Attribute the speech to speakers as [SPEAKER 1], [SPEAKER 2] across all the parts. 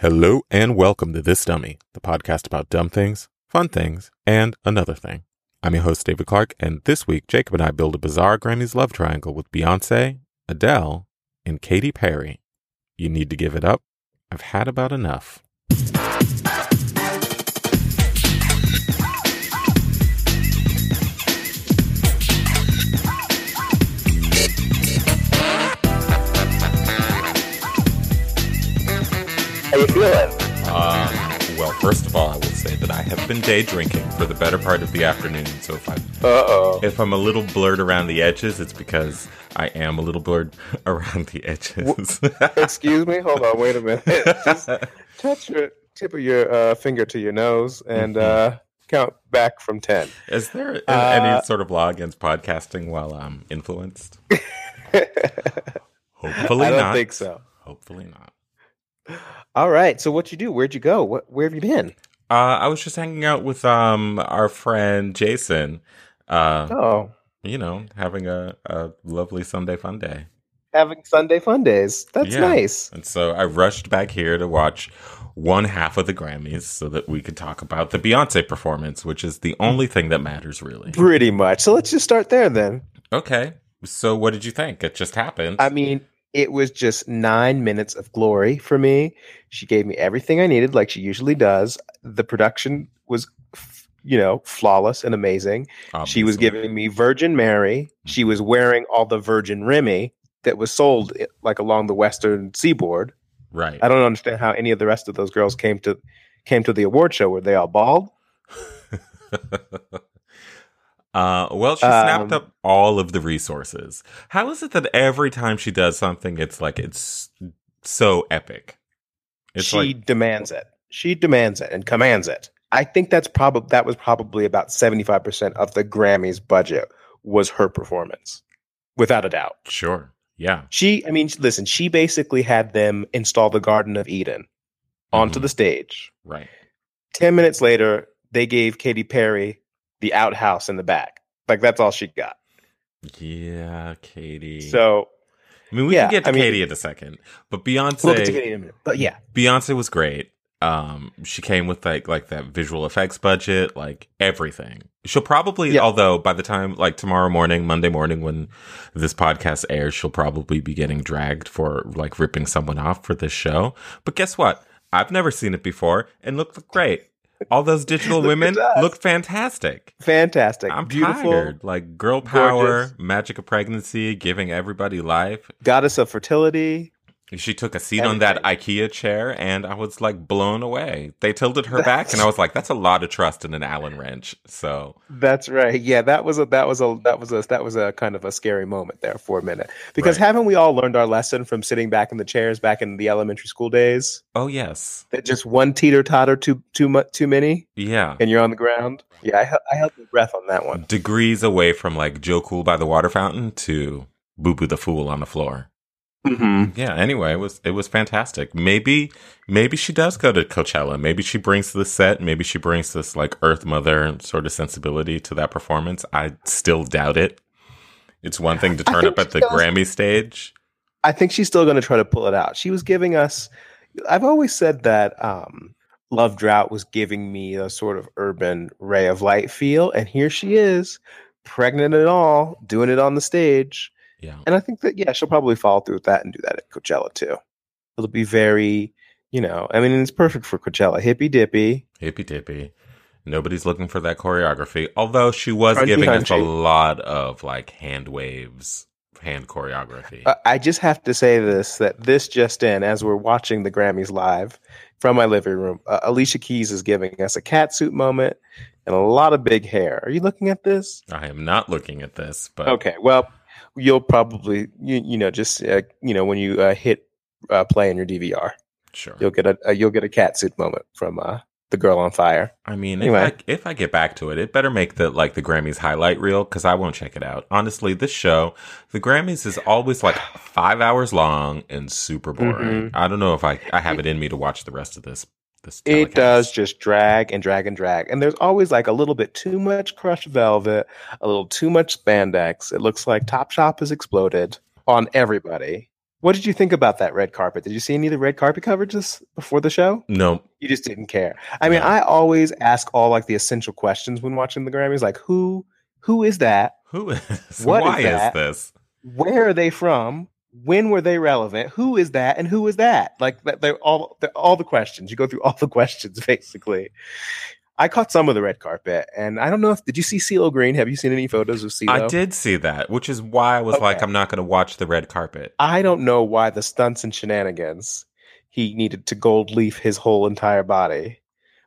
[SPEAKER 1] Hello and welcome to This Dummy, the podcast about dumb things, fun things, and another thing. I'm your host, David Clark, and this week, Jacob and I build a bizarre Grammys love triangle with Beyonce, Adele, and Katy Perry. You need to give it up. I've had about enough.
[SPEAKER 2] How you feeling?
[SPEAKER 1] Uh, well, first of all, I will say that I have been day drinking for the better part of the afternoon, so if I'm
[SPEAKER 2] Uh oh.
[SPEAKER 1] If I'm a little blurred around the edges, it's because I am a little blurred around the edges.
[SPEAKER 2] Excuse me. Hold on. Wait a minute. Just touch your tip of your uh, finger to your nose and
[SPEAKER 1] Mm-hmm.
[SPEAKER 2] uh, count back from ten.
[SPEAKER 1] Is there a-
[SPEAKER 2] Uh,
[SPEAKER 1] any sort of law against podcasting while I'm influenced? Hopefully
[SPEAKER 2] I don't
[SPEAKER 1] not.
[SPEAKER 2] think so.
[SPEAKER 1] Hopefully not.
[SPEAKER 2] All right. So what you do? Where'd you go? What? Where have you been?
[SPEAKER 1] Uh, I was just hanging out with um our friend Jason. Uh,
[SPEAKER 2] Oh,
[SPEAKER 1] you know, having a, a lovely Sunday fun day.
[SPEAKER 2] having Sunday fun days. That's
[SPEAKER 1] Yeah.
[SPEAKER 2] nice.
[SPEAKER 1] And so I rushed back here to watch one half of the Grammys so that we could talk about the Beyonce performance, which is the only thing that matters really.
[SPEAKER 2] Pretty much. So let's just start there then.
[SPEAKER 1] Okay. So what did you think? It just happened.
[SPEAKER 2] I mean, it was just nine minutes of glory for me. She gave me everything I needed, like she usually does. The production was, f- you know, flawless and amazing. She
[SPEAKER 1] Obviously.
[SPEAKER 2] was
[SPEAKER 1] Mm.
[SPEAKER 2] giving me Virgin Mary. She was wearing all the Virgin Remy that was sold eh, like along the Western Seaboard.
[SPEAKER 1] right.
[SPEAKER 2] I don't understand how any of the rest of those girls came to came to the award show. Were they all bald?
[SPEAKER 1] uh, well, she snapped
[SPEAKER 2] Um,
[SPEAKER 1] up all of the resources. How is it that every time she does something, it's like it's so epic? It's
[SPEAKER 2] she
[SPEAKER 1] like
[SPEAKER 2] demands it. She demands it and commands it. I think that's probably that was probably about seventy five percent of the Grammys budget was her performance, without a doubt.
[SPEAKER 1] sure, yeah,
[SPEAKER 2] She, I mean, listen, she basically had them install the Garden of Eden onto
[SPEAKER 1] Mhm.
[SPEAKER 2] the stage.
[SPEAKER 1] right,
[SPEAKER 2] 10 minutes later, they gave Katy Perry the outhouse in the back. Like, that's all she got.
[SPEAKER 1] yeah, Katie.
[SPEAKER 2] So,
[SPEAKER 1] I mean, we
[SPEAKER 2] yeah,
[SPEAKER 1] can get to
[SPEAKER 2] I mean-
[SPEAKER 1] Katie in a second, but Beyonce,
[SPEAKER 2] we'll get to Katy in a minute. But yeah,
[SPEAKER 1] Beyonce was great. Um, she came with like like that visual effects budget, like everything. She'll probably,
[SPEAKER 2] Yeah.
[SPEAKER 1] although by the time like tomorrow morning, Monday morning, when this podcast airs, she'll probably be getting dragged for like ripping someone off for this show. But guess what? I've never seen it before, and looked great. All those digital
[SPEAKER 2] Look at
[SPEAKER 1] women
[SPEAKER 2] us.
[SPEAKER 1] look fantastic.
[SPEAKER 2] fantastic.
[SPEAKER 1] I'm
[SPEAKER 2] beautiful.
[SPEAKER 1] tired. Like girl power,
[SPEAKER 2] gorgeous.
[SPEAKER 1] magic of pregnancy, giving everybody life.
[SPEAKER 2] Goddess of fertility.
[SPEAKER 1] She took a seat on that IKEA chair, and I was like blown away. They tilted her back, and I was like, "That's a lot of trust in an Allen wrench." So,
[SPEAKER 2] That's right. Yeah, that was a that was a that was a that was a kind of a scary moment there for a minute. Because
[SPEAKER 1] Right.
[SPEAKER 2] haven't we all learned our lesson from sitting back in the chairs back in the elementary school days?
[SPEAKER 1] oh yes,
[SPEAKER 2] That just one teeter totter too too much too many,
[SPEAKER 1] yeah,
[SPEAKER 2] and you're on the ground. Yeah, I, hel- I held my breath on that one.
[SPEAKER 1] degrees away from like Joe Cool by the water fountain to Boo Boo the Fool on the floor.
[SPEAKER 2] Mm-hmm.
[SPEAKER 1] Yeah. Anyway, it was it was fantastic. Maybe maybe she does go to Coachella. Maybe she brings the set. Maybe she brings this like Earth Mother sort of sensibility to that performance. I still doubt it. It's one thing to
[SPEAKER 2] I
[SPEAKER 1] turn
[SPEAKER 2] think
[SPEAKER 1] up at
[SPEAKER 2] she
[SPEAKER 1] the
[SPEAKER 2] does.
[SPEAKER 1] Grammy stage.
[SPEAKER 2] I think she's still going to try to pull it out. She was giving us. I've always said that um, Love Drought was giving me a sort of urban ray of light feel, and here she is, pregnant and all, doing it on the stage.
[SPEAKER 1] Yeah.
[SPEAKER 2] And I think that yeah, she'll probably follow through with that and do that at Coachella too. It'll be very, you know, I mean, it's perfect for Coachella, hippy dippy.
[SPEAKER 1] Hippy dippy. Nobody's looking for that choreography. Although she was
[SPEAKER 2] Crunchy,
[SPEAKER 1] giving us a
[SPEAKER 2] crunchy.
[SPEAKER 1] lot of like hand waves, hand choreography.
[SPEAKER 2] I- I just have to say this that this just in, as we're watching the Grammys live from my living room, uh, Alicia Keys is giving us a catsuit moment and a lot of big hair. Are you looking at this?
[SPEAKER 1] I am not looking at this, but
[SPEAKER 2] Okay, well, you'll probably, you, you know, just, uh, you know, when you uh, hit uh, play in your DVR,
[SPEAKER 1] sure.
[SPEAKER 2] you'll get a, uh, you'll get a catsuit moment from uh, the girl on fire.
[SPEAKER 1] I mean,
[SPEAKER 2] Anyway.
[SPEAKER 1] if I if I get back to it, it better make the like the Grammys highlight reel because I won't check it out. Honestly, this show, the Grammys is always like five hours long and super boring. I don't know if I I have it in me to watch the rest of this. This
[SPEAKER 2] Mm-hmm. It
[SPEAKER 1] telecast.
[SPEAKER 2] does just drag and drag and drag. And there's always like a little bit too much crushed velvet, a little too much spandex. It looks like Top Shop has exploded on everybody. What did you think about that red carpet? Did you see any of the red carpet coverage this, before the show?
[SPEAKER 1] No,
[SPEAKER 2] You just didn't care. I mean,
[SPEAKER 1] No.
[SPEAKER 2] I always ask all like the essential questions when watching the Grammys, like who, who is that?
[SPEAKER 1] who is?
[SPEAKER 2] What is
[SPEAKER 1] why is,
[SPEAKER 2] that?
[SPEAKER 1] this?
[SPEAKER 2] Where are they from? When were they relevant? Who is that? And who is that? Like that- they're all they're all the questions. You go through all the questions basically. I caught some of the red carpet, and I don't know if did you see CeeLo Green? Have you seen any photos of CeeLo?
[SPEAKER 1] I did see that, which is why I was like,
[SPEAKER 2] Okay.
[SPEAKER 1] I'm not going to watch the red carpet.
[SPEAKER 2] I don't know why the stunts and shenanigans he needed to gold leaf his whole entire body,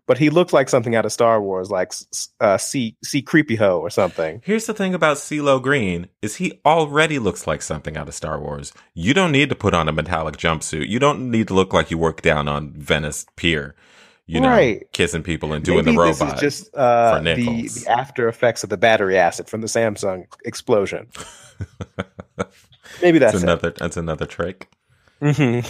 [SPEAKER 2] but he looked like something out of Star Wars, like s- s- uh, see see creepy ho or something.
[SPEAKER 1] Here's the thing about CeeLo Green is he already looks like something out of Star Wars. You don't need to put on a metallic jumpsuit. You don't need to look like you work down on Venice Pier, you know,
[SPEAKER 2] Right.
[SPEAKER 1] kissing people and doing the
[SPEAKER 2] Maybe
[SPEAKER 1] robot.
[SPEAKER 2] This is just uh,
[SPEAKER 1] for
[SPEAKER 2] the,
[SPEAKER 1] nickels.
[SPEAKER 2] the after effects of the battery acid from the Samsung explosion. Maybe that's
[SPEAKER 1] that's
[SPEAKER 2] it.
[SPEAKER 1] another that's another trick.
[SPEAKER 2] Mhm.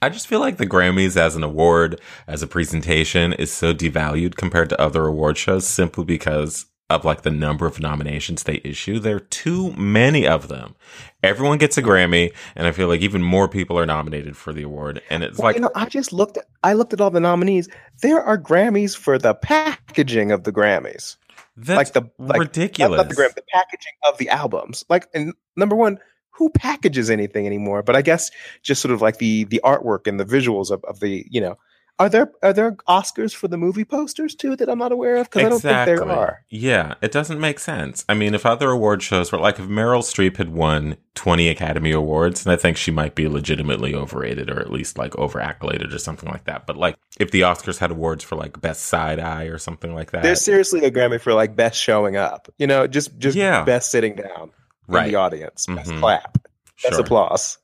[SPEAKER 1] I just feel like the Grammys as an award, as a presentation, is so devalued compared to other award shows simply because of like the number of nominations they issue. There are too many of them. Everyone gets a Grammy, and I feel like even more people are nominated for the award. And it's
[SPEAKER 2] Well,
[SPEAKER 1] like
[SPEAKER 2] you know, I just looked. At, I looked at all the nominees. There are Grammys for the packaging of the Grammys.
[SPEAKER 1] that's
[SPEAKER 2] like the like not-
[SPEAKER 1] ridiculous.
[SPEAKER 2] not the gram, the packaging of the albums. Like, and number one, who packages anything anymore? But I guess just sort of like the the artwork and the visuals of, of the you know, are there are there Oscars for the movie posters too that I'm not aware of? Because I don't think there are.
[SPEAKER 1] Yeah, it doesn't make sense. I mean, if other award shows were like if Meryl Streep had won 20 Academy Awards, and I think she might be legitimately overrated or at least like over accoladed or something like that. But like if the Oscars had awards for like best side eye or something like that.
[SPEAKER 2] There's seriously a Grammy for like best showing up. You know, just just
[SPEAKER 1] Yeah.
[SPEAKER 2] best sitting down in
[SPEAKER 1] right.
[SPEAKER 2] the audience, best
[SPEAKER 1] Mhm.
[SPEAKER 2] clap. That's
[SPEAKER 1] sure.
[SPEAKER 2] applause.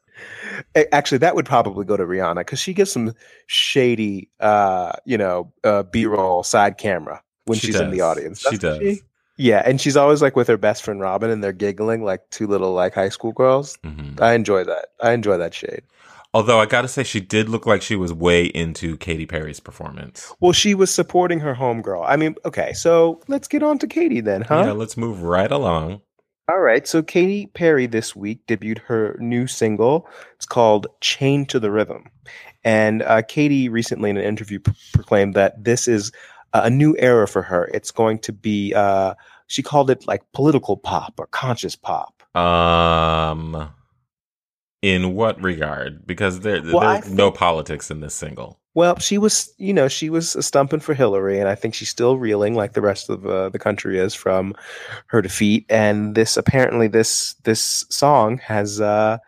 [SPEAKER 2] A- Actually, that would probably go to Rihanna because she gives some shady, uh, you know, uh, B-roll side camera when
[SPEAKER 1] She
[SPEAKER 2] she's in the
[SPEAKER 1] does.
[SPEAKER 2] audience.
[SPEAKER 1] She
[SPEAKER 2] doesn't
[SPEAKER 1] does.
[SPEAKER 2] Yeah, and she's always like with her best friend Robin, and they're giggling like two little like high school girls.
[SPEAKER 1] Mhm.
[SPEAKER 2] I enjoy that. I enjoy that shade.
[SPEAKER 1] Although I gotta say, she did look like she was way into Katy Perry's performance.
[SPEAKER 2] Well, she was supporting her homegirl. I mean, okay, so let's get on to Katie then, huh?
[SPEAKER 1] Yeah, let's move right along.
[SPEAKER 2] All right, so Katy Perry this week debuted her new single. It's called Chain to the Rhythm. And uh, Katy recently in an interview p- proclaimed that this is a new era for her. It's going to be, uh, she called it like political pop or conscious pop.
[SPEAKER 1] Um, in what regard? Because there,
[SPEAKER 2] Well, I
[SPEAKER 1] there's no politics in this single.
[SPEAKER 2] Well, she was, you know, she was stumping for Hillary, and I think she's still reeling, like the rest of uh, the country is, from her defeat. And this, apparently, this this song has uh,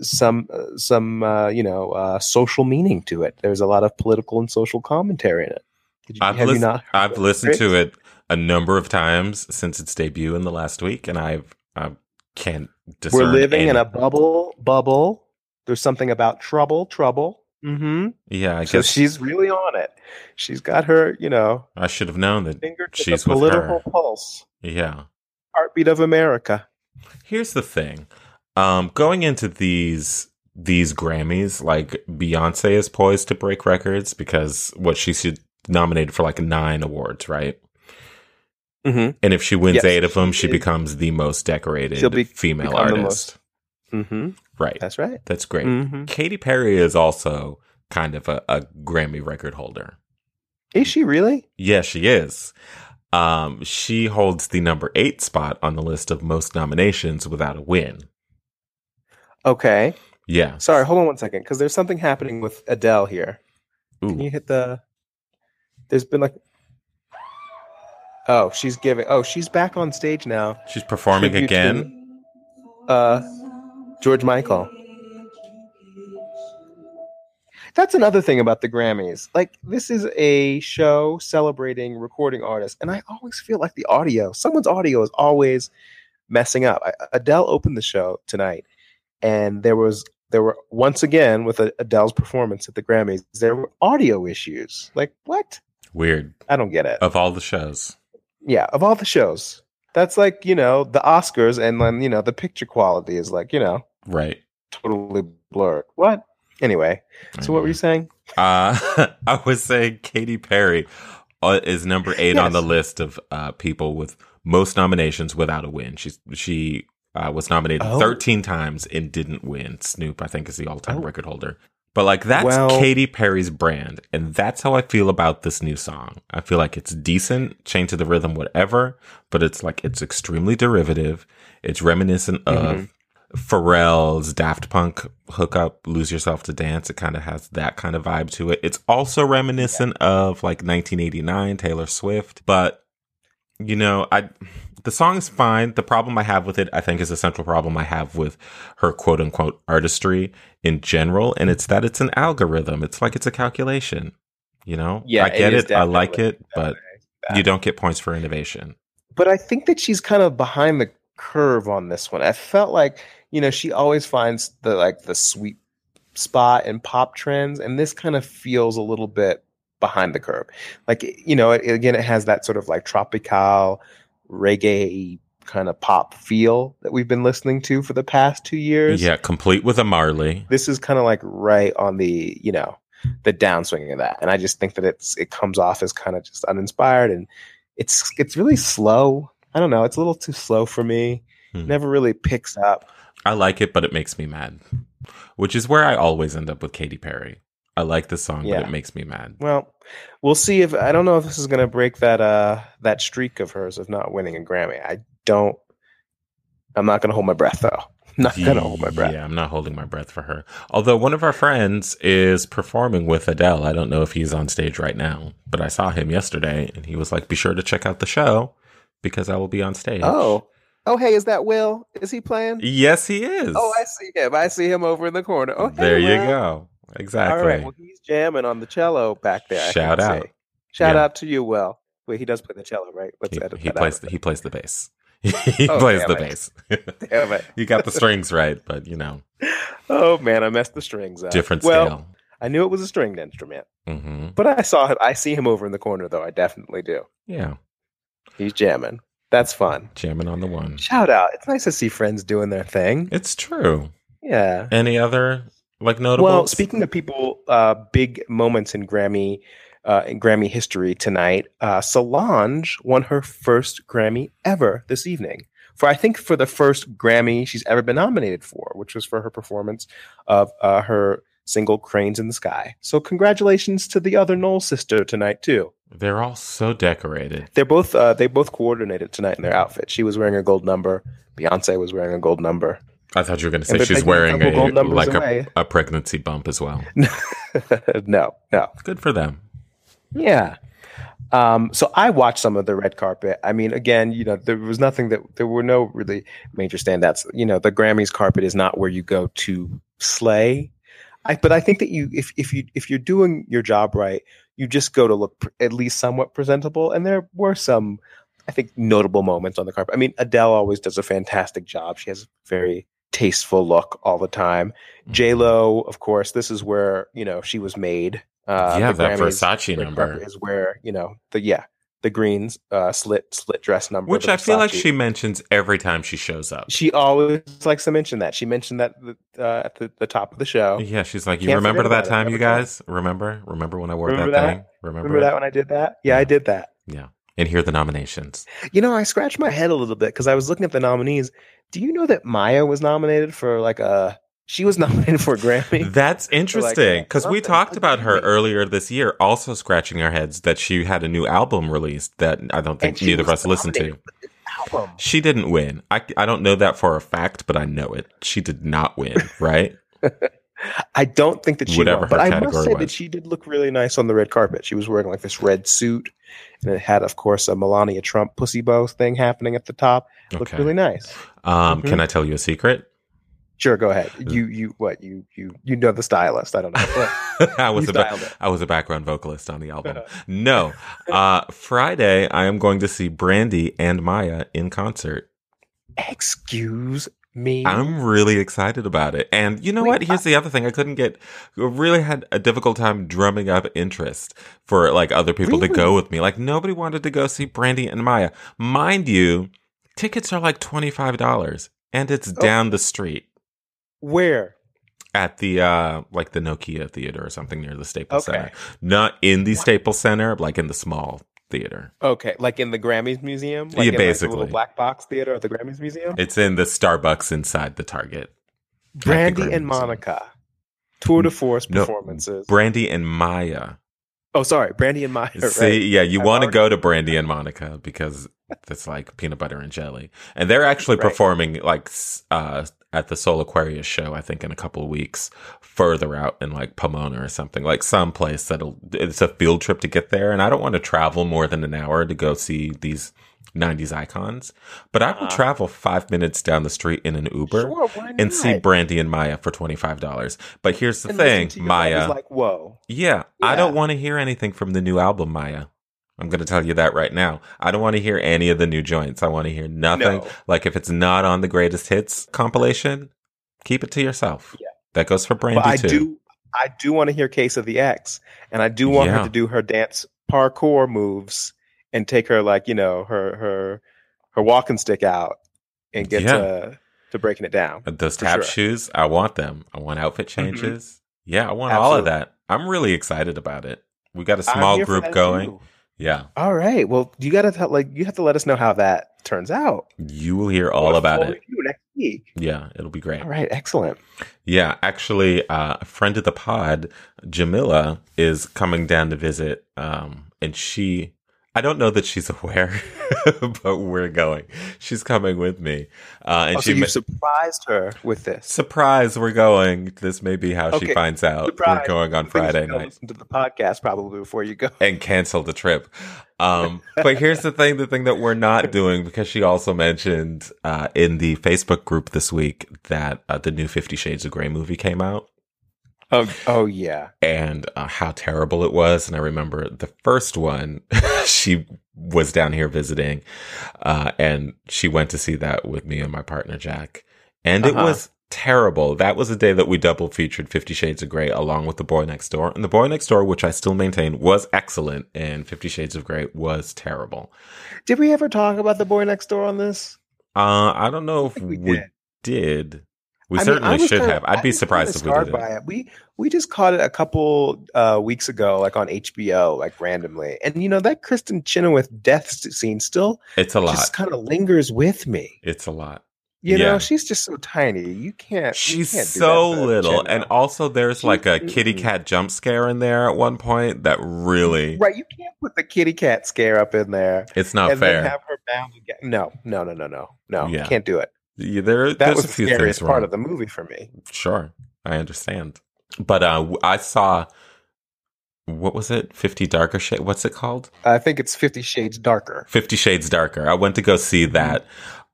[SPEAKER 2] some uh, some uh, you know uh, social meaning to it. There's a lot of political and social commentary in it. Did you,
[SPEAKER 1] I've
[SPEAKER 2] have
[SPEAKER 1] lis-
[SPEAKER 2] you not?
[SPEAKER 1] I've listened to it a number of times since its debut in the last week, and I've I can't discern.
[SPEAKER 2] We're living in
[SPEAKER 1] any-
[SPEAKER 2] a bubble. Bubble. There's something about trouble. Trouble. Mm-hmm.
[SPEAKER 1] Yeah, I
[SPEAKER 2] So
[SPEAKER 1] guess
[SPEAKER 2] she's really on it. She's got her, you know,
[SPEAKER 1] I should have known that.
[SPEAKER 2] finger to
[SPEAKER 1] She's
[SPEAKER 2] the
[SPEAKER 1] with
[SPEAKER 2] political
[SPEAKER 1] her.
[SPEAKER 2] pulse.
[SPEAKER 1] Yeah.
[SPEAKER 2] heartbeat of America.
[SPEAKER 1] Here's the thing. Um, going into these these Grammys, like Beyonce is poised to break records because what she should nominated for like nine awards, right?
[SPEAKER 2] Mm-hmm.
[SPEAKER 1] And if she wins
[SPEAKER 2] Yes,
[SPEAKER 1] eight of them, she,
[SPEAKER 2] she is-
[SPEAKER 1] becomes the most decorated
[SPEAKER 2] She'll be-
[SPEAKER 1] female
[SPEAKER 2] become the
[SPEAKER 1] artist.
[SPEAKER 2] most- Mm-hmm.
[SPEAKER 1] Right.
[SPEAKER 2] That's right.
[SPEAKER 1] That's great.
[SPEAKER 2] Mm-hmm.
[SPEAKER 1] Katy Perry is also kind of a, a Grammy record holder.
[SPEAKER 2] Is she really?
[SPEAKER 1] Yes, she is. Um, she holds the number eight spot on the list of most nominations without a win.
[SPEAKER 2] Okay.
[SPEAKER 1] Yeah.
[SPEAKER 2] Sorry. Hold on one second, because there's something happening with Adele here. Can
[SPEAKER 1] Ooh.
[SPEAKER 2] you hit the? There's been like. Oh, she's giving. Oh, she's back on stage now.
[SPEAKER 1] She's performing
[SPEAKER 2] Tribute to,
[SPEAKER 1] again.
[SPEAKER 2] uh, George Michael. That's another thing about the Grammys. Like, this is a show celebrating recording artists, and I always feel like the audio, someone's audio is always messing up. I, Adele opened the show tonight, and there was there were once again with uh, Adele's performance at the Grammys, there were audio issues. Like, what?
[SPEAKER 1] Weird.
[SPEAKER 2] I don't get it.
[SPEAKER 1] Of all the shows.
[SPEAKER 2] yeah, of all the shows, that's like you know the Oscars, and then you know the picture quality is like you know
[SPEAKER 1] Right.
[SPEAKER 2] totally blurred. What? Anyway, so what were you saying?
[SPEAKER 1] Uh, I was saying Katy Perry uh, is number eight on
[SPEAKER 2] Yes.
[SPEAKER 1] the list of uh, people with most nominations without a win. She's she uh, was nominated
[SPEAKER 2] Oh.
[SPEAKER 1] 13 times and didn't win. Snoop, I think, is the all time
[SPEAKER 2] Oh.
[SPEAKER 1] record holder. But like that's
[SPEAKER 2] Well-
[SPEAKER 1] Katy Perry's brand, and that's how I feel about this new song. I feel like it's decent, chained to the rhythm, whatever. But it's like it's extremely derivative. It's reminiscent
[SPEAKER 2] Mm-hmm.
[SPEAKER 1] of Pharrell's Daft Punk hookup, "Lose Yourself to Dance." It kind of has that kind of vibe to it. It's also reminiscent of like 1989 Taylor Swift, but you know, I the song's fine. The problem I have with it, I think, is the central problem I have with her quote unquote artistry in general, and it's that it's an algorithm. It's like it's a calculation. You know?
[SPEAKER 2] Yeah,
[SPEAKER 1] I get
[SPEAKER 2] it is
[SPEAKER 1] it. I like
[SPEAKER 2] definitely
[SPEAKER 1] it, but
[SPEAKER 2] that.
[SPEAKER 1] you don't get points for innovation.
[SPEAKER 2] but I think that she's kind of behind the curve on this one. I felt like you know she always finds the like the sweet spot in pop trends, and this kind of feels a little bit behind the curve. Like you know, it, again, it has that sort of like tropical reggae kind of pop feel that we've been listening to for the past two years.
[SPEAKER 1] Yeah, complete with a Marley.
[SPEAKER 2] this is kind of like right on the you know the downswing of that and i just think that it's it comes off as kind of just uninspired and it's it's really slow i don't know it's a little too slow for me
[SPEAKER 1] Hmm.
[SPEAKER 2] never really picks up
[SPEAKER 1] I like it, but it makes me mad. Which is where I always end up with Katy Perry. I like this song,
[SPEAKER 2] Yeah.
[SPEAKER 1] but it makes me mad.
[SPEAKER 2] well we'll see if i don't know if this is going to break that uh that streak of hers of not winning a grammy i don't i'm not going to hold my breath though not going to hold my breath
[SPEAKER 1] Yeah, I'm not holding my breath for her. Although one of our friends is performing with Adele. I don't know if he's on stage right now, but I saw him yesterday and he was like, be sure to check out the show because I will be on stage.
[SPEAKER 2] oh oh hey is that will is he playing
[SPEAKER 1] Yes, he is.
[SPEAKER 2] oh i see him i see him over in the corner oh hey,
[SPEAKER 1] there you
[SPEAKER 2] Will.
[SPEAKER 1] go. Exactly.
[SPEAKER 2] All right. Well, he's jamming on the cello back there. I
[SPEAKER 1] Shout
[SPEAKER 2] can
[SPEAKER 1] out.
[SPEAKER 2] see. Shout
[SPEAKER 1] Yeah.
[SPEAKER 2] out to you, Will. Wait, he does play the cello, right? Let's
[SPEAKER 1] he
[SPEAKER 2] edit
[SPEAKER 1] he
[SPEAKER 2] that
[SPEAKER 1] plays
[SPEAKER 2] out.
[SPEAKER 1] the, he plays the bass. he
[SPEAKER 2] Oh,
[SPEAKER 1] plays
[SPEAKER 2] damn
[SPEAKER 1] the
[SPEAKER 2] it.
[SPEAKER 1] bass.
[SPEAKER 2] Damn it.
[SPEAKER 1] you got the strings right, but you know,
[SPEAKER 2] Oh man, I messed the strings up.
[SPEAKER 1] different
[SPEAKER 2] well,
[SPEAKER 1] scale.
[SPEAKER 2] I knew it was a stringed instrument,
[SPEAKER 1] hmm
[SPEAKER 2] but I saw him. I see him over in the corner, though. I definitely do.
[SPEAKER 1] Yeah,
[SPEAKER 2] He's jamming. That's fun.
[SPEAKER 1] jamming on the one.
[SPEAKER 2] Shout out. It's nice to see friends doing their thing.
[SPEAKER 1] It's true.
[SPEAKER 2] Yeah.
[SPEAKER 1] Any other like notable?
[SPEAKER 2] Well, speaking of people, uh, big moments in Grammy uh, in Grammy history tonight. Uh, Solange won her first Grammy ever this evening for I think for the first Grammy she's ever been nominated for, which was for her performance of uh, her single "Cranes in the Sky." So congratulations to the other Knoll sister tonight too.
[SPEAKER 1] They're all so decorated.
[SPEAKER 2] They're both uh, they both coordinated tonight in their outfit. She was wearing a gold number. Beyonce was wearing a gold number.
[SPEAKER 1] I thought you were going to
[SPEAKER 2] And
[SPEAKER 1] say
[SPEAKER 2] they're
[SPEAKER 1] she's
[SPEAKER 2] taking
[SPEAKER 1] wearing
[SPEAKER 2] couple
[SPEAKER 1] a
[SPEAKER 2] gold numbers
[SPEAKER 1] like a,
[SPEAKER 2] away.
[SPEAKER 1] a pregnancy bump as well.
[SPEAKER 2] no, no.
[SPEAKER 1] Good for them.
[SPEAKER 2] Yeah. Um, so I watched some of the red carpet. I mean, again, you know, there was nothing that there were no really major standouts. You know, the Grammys carpet is not where you go to slay. I, but I think that you, if if you if you're doing your job right, you just go to look pr- at least somewhat presentable. And there were some, I think, notable moments on the carpet. I mean, Adele always does a fantastic job. She has a very tasteful look all the time.
[SPEAKER 1] Mm-hmm.
[SPEAKER 2] J Lo, of course, this is where you know she was made. Uh,
[SPEAKER 1] yeah,
[SPEAKER 2] the
[SPEAKER 1] that
[SPEAKER 2] Grammys-
[SPEAKER 1] Versace
[SPEAKER 2] Red
[SPEAKER 1] number,
[SPEAKER 2] carpet is where you know the yeah the greens uh, slit slit dress number,
[SPEAKER 1] which
[SPEAKER 2] the
[SPEAKER 1] I feel like
[SPEAKER 2] Versace.
[SPEAKER 1] she mentions every time she shows up.
[SPEAKER 2] she always likes to mention that she mentioned that uh, at the, the top of the show.
[SPEAKER 1] yeah, she's like, you
[SPEAKER 2] oh. Can't
[SPEAKER 1] remember
[SPEAKER 2] forget
[SPEAKER 1] that
[SPEAKER 2] about it.
[SPEAKER 1] time, you
[SPEAKER 2] Every time.
[SPEAKER 1] guys? Remember? Remember when I wore
[SPEAKER 2] Remember
[SPEAKER 1] that,
[SPEAKER 2] that?
[SPEAKER 1] thing? Remember,
[SPEAKER 2] Remember that when I did that? Yeah, I
[SPEAKER 1] Yeah.
[SPEAKER 2] did that.
[SPEAKER 1] And here are the nominations.
[SPEAKER 2] You know, I scratched my head a little bit because I was looking at the nominees. Do you know that Maya was nominated for like a she was nominated for a Grammy?
[SPEAKER 1] That's interesting
[SPEAKER 2] uh,
[SPEAKER 1] because we
[SPEAKER 2] something.
[SPEAKER 1] talked about her
[SPEAKER 2] Wait.
[SPEAKER 1] earlier this year, also scratching our heads that she had a new album released that I don't
[SPEAKER 2] And
[SPEAKER 1] think
[SPEAKER 2] she
[SPEAKER 1] neither of
[SPEAKER 2] was
[SPEAKER 1] us listened to.
[SPEAKER 2] nominated for this album.
[SPEAKER 1] She didn't win. I, I don't know that for a fact, but I know it. She did not win, right?
[SPEAKER 2] I don't think that she
[SPEAKER 1] Whatever
[SPEAKER 2] won, but
[SPEAKER 1] her
[SPEAKER 2] I must
[SPEAKER 1] category
[SPEAKER 2] say
[SPEAKER 1] was.
[SPEAKER 2] that she did look really nice on the red carpet. She was wearing like this red suit, and it had, of course, a Melania Trump pussy bow thing happening at the top. Looked
[SPEAKER 1] Okay.
[SPEAKER 2] really nice.
[SPEAKER 1] Um,
[SPEAKER 2] Mhm.
[SPEAKER 1] Can I tell you a secret?
[SPEAKER 2] Sure, go ahead.
[SPEAKER 1] Uh,
[SPEAKER 2] You, you, what you, you, you know the stylist. I don't know. What?
[SPEAKER 1] I was
[SPEAKER 2] you
[SPEAKER 1] a ba-
[SPEAKER 2] styled it.
[SPEAKER 1] I was a background vocalist on the album. No, uh, Friday I am going to see Brandy and Maya in concert.
[SPEAKER 2] Excuse me.
[SPEAKER 1] I'm really excited about it. And you know
[SPEAKER 2] Wait,
[SPEAKER 1] what? Here's the other thing: I couldn't get, really had a difficult time drumming up interest for like other people to
[SPEAKER 2] Really?
[SPEAKER 1] go with me. Like nobody wanted to go see Brandy and Maya. Mind you, tickets are like twenty five dollars, and it's
[SPEAKER 2] Oh.
[SPEAKER 1] down the street.
[SPEAKER 2] Where?
[SPEAKER 1] at the uh like the Nokia Theater or something near the Staples
[SPEAKER 2] Okay.
[SPEAKER 1] Center. Not in the Staples Center, like in the small theater.
[SPEAKER 2] Okay, like in the Grammys Museum. Like
[SPEAKER 1] Yeah,
[SPEAKER 2] in, like, the
[SPEAKER 1] basically.
[SPEAKER 2] little black box theater at the Grammys Museum.
[SPEAKER 1] It's in the Starbucks inside the Target. At the
[SPEAKER 2] Brandy
[SPEAKER 1] Grammys.
[SPEAKER 2] and Monica, tour de force
[SPEAKER 1] No,
[SPEAKER 2] performances.
[SPEAKER 1] Brandy and Maya.
[SPEAKER 2] oh, sorry, Brandy and Maya.
[SPEAKER 1] See,
[SPEAKER 2] right.
[SPEAKER 1] yeah, you
[SPEAKER 2] I've
[SPEAKER 1] want to
[SPEAKER 2] already-
[SPEAKER 1] go to Brandy and Monica because it's like peanut butter and jelly, and they're actually
[SPEAKER 2] Right.
[SPEAKER 1] performing like s- uh, at the Soul Aquarius show. I think in a couple of weeks, further out in like Pomona or something, like some place that'll. It's a field trip to get there, and I don't want to travel more than an hour to go see these '90s icons. But I will
[SPEAKER 2] Uh-huh.
[SPEAKER 1] travel five minutes down the street in an Uber.
[SPEAKER 2] Sure, why not?
[SPEAKER 1] And see Brandy and Maya for twenty five dollars. But here's the
[SPEAKER 2] And listen
[SPEAKER 1] thing,
[SPEAKER 2] to your
[SPEAKER 1] Maya.
[SPEAKER 2] love is Like whoa.
[SPEAKER 1] Yeah, I don't
[SPEAKER 2] Yeah.
[SPEAKER 1] want to hear anything from the new album, Maya. I'm going to tell you that right now. I don't want to hear any of the new joints. I want to hear nothing.
[SPEAKER 2] No.
[SPEAKER 1] Like if it's not on the greatest hits compilation, keep it to yourself.
[SPEAKER 2] Yeah.
[SPEAKER 1] That goes for Brandy
[SPEAKER 2] But I
[SPEAKER 1] too.
[SPEAKER 2] do, I do want to hear Case of the X, and I do want
[SPEAKER 1] Yeah.
[SPEAKER 2] her to do her dance parkour moves and take her like you know her her her walking stick out and get
[SPEAKER 1] Yeah.
[SPEAKER 2] to to breaking it down.
[SPEAKER 1] Those
[SPEAKER 2] for
[SPEAKER 1] tap
[SPEAKER 2] sure. Mm-hmm.
[SPEAKER 1] shoes, I want them. I want outfit changes. Yeah, I want all of
[SPEAKER 2] Absolutely.
[SPEAKER 1] that. I'm really excited about it. We got a
[SPEAKER 2] I'm
[SPEAKER 1] small
[SPEAKER 2] here for
[SPEAKER 1] group
[SPEAKER 2] that,
[SPEAKER 1] going.
[SPEAKER 2] too.
[SPEAKER 1] Yeah,
[SPEAKER 2] All right. Well, you gotta tell, like you have to let us know how that turns out.
[SPEAKER 1] you will hear all
[SPEAKER 2] We'll
[SPEAKER 1] about
[SPEAKER 2] forward
[SPEAKER 1] it.
[SPEAKER 2] you next week.
[SPEAKER 1] Yeah, it'll be great.
[SPEAKER 2] All right. Excellent.
[SPEAKER 1] Yeah, actually, uh, a friend of the pod, Jamila, is coming down to visit, um, and she. I don't know that she's aware, but we're going. She's coming with me, uh, and
[SPEAKER 2] Oh, so
[SPEAKER 1] she
[SPEAKER 2] you
[SPEAKER 1] ma-
[SPEAKER 2] surprised her with this.
[SPEAKER 1] surprise. We're going. This may be how she
[SPEAKER 2] Okay,
[SPEAKER 1] finds out
[SPEAKER 2] surprise.
[SPEAKER 1] we're going on
[SPEAKER 2] I think you
[SPEAKER 1] Friday
[SPEAKER 2] should go
[SPEAKER 1] night
[SPEAKER 2] Listen to the podcast probably before you go.
[SPEAKER 1] and cancel the trip. Um, but here's the thing: the thing that we're not doing because she also mentioned uh, in the Facebook group this week that uh, the new Fifty Shades of Grey movie came out.
[SPEAKER 2] Oh, oh yeah.
[SPEAKER 1] and uh, how terrible it was. And I remember the first one, she was down here visiting, uh, and she went to see that with me and my partner Jack, and it
[SPEAKER 2] Uh-huh.
[SPEAKER 1] was terrible. That was the day that we double featured Fifty Shades of Grey along with The Boy Next Door, and The Boy Next Door, which I still maintain was excellent, and Fifty Shades of Grey was terrible.
[SPEAKER 2] Did we ever talk about the boy next door on this?
[SPEAKER 1] Uh, I don't know if
[SPEAKER 2] think
[SPEAKER 1] we,
[SPEAKER 2] we
[SPEAKER 1] did.
[SPEAKER 2] did.
[SPEAKER 1] We
[SPEAKER 2] I mean,
[SPEAKER 1] certainly
[SPEAKER 2] I was
[SPEAKER 1] should
[SPEAKER 2] kinda-
[SPEAKER 1] have. I'd
[SPEAKER 2] I
[SPEAKER 1] be
[SPEAKER 2] was
[SPEAKER 1] surprised
[SPEAKER 2] kinda
[SPEAKER 1] if we
[SPEAKER 2] scarred
[SPEAKER 1] didn't.
[SPEAKER 2] by it. We we just caught it a couple uh, weeks ago, like on HBO, like randomly. And you know that Kristen Chenoweth death s- scene still
[SPEAKER 1] It's a lot.
[SPEAKER 2] just kind of lingers with me.
[SPEAKER 1] It's a lot.
[SPEAKER 2] You
[SPEAKER 1] Yeah.
[SPEAKER 2] know, she's just so tiny. You can't. you
[SPEAKER 1] She's
[SPEAKER 2] can't do
[SPEAKER 1] so
[SPEAKER 2] that to
[SPEAKER 1] little, and
[SPEAKER 2] Chenoweth.
[SPEAKER 1] also there's
[SPEAKER 2] She-
[SPEAKER 1] like a kitty
[SPEAKER 2] mm-mm.
[SPEAKER 1] cat jump scare in there at one point that really
[SPEAKER 2] right, you can't put the kitty cat scare up in there
[SPEAKER 1] it's not
[SPEAKER 2] and
[SPEAKER 1] Oh, fair.
[SPEAKER 2] then have her bound again. No, no, no, no, no, no.
[SPEAKER 1] Yeah.
[SPEAKER 2] Can't do it.
[SPEAKER 1] Yeah, there,
[SPEAKER 2] That
[SPEAKER 1] there's
[SPEAKER 2] was
[SPEAKER 1] a
[SPEAKER 2] the
[SPEAKER 1] few things
[SPEAKER 2] scariest part
[SPEAKER 1] wrong.
[SPEAKER 2] of the movie for me.
[SPEAKER 1] Sure, I understand, but uh, w- I saw what was it? Fifty Darker Shade. What's it called?
[SPEAKER 2] I think it's Fifty Shades Darker.
[SPEAKER 1] Fifty Shades Darker. I went to go see
[SPEAKER 2] Mm-hmm.
[SPEAKER 1] that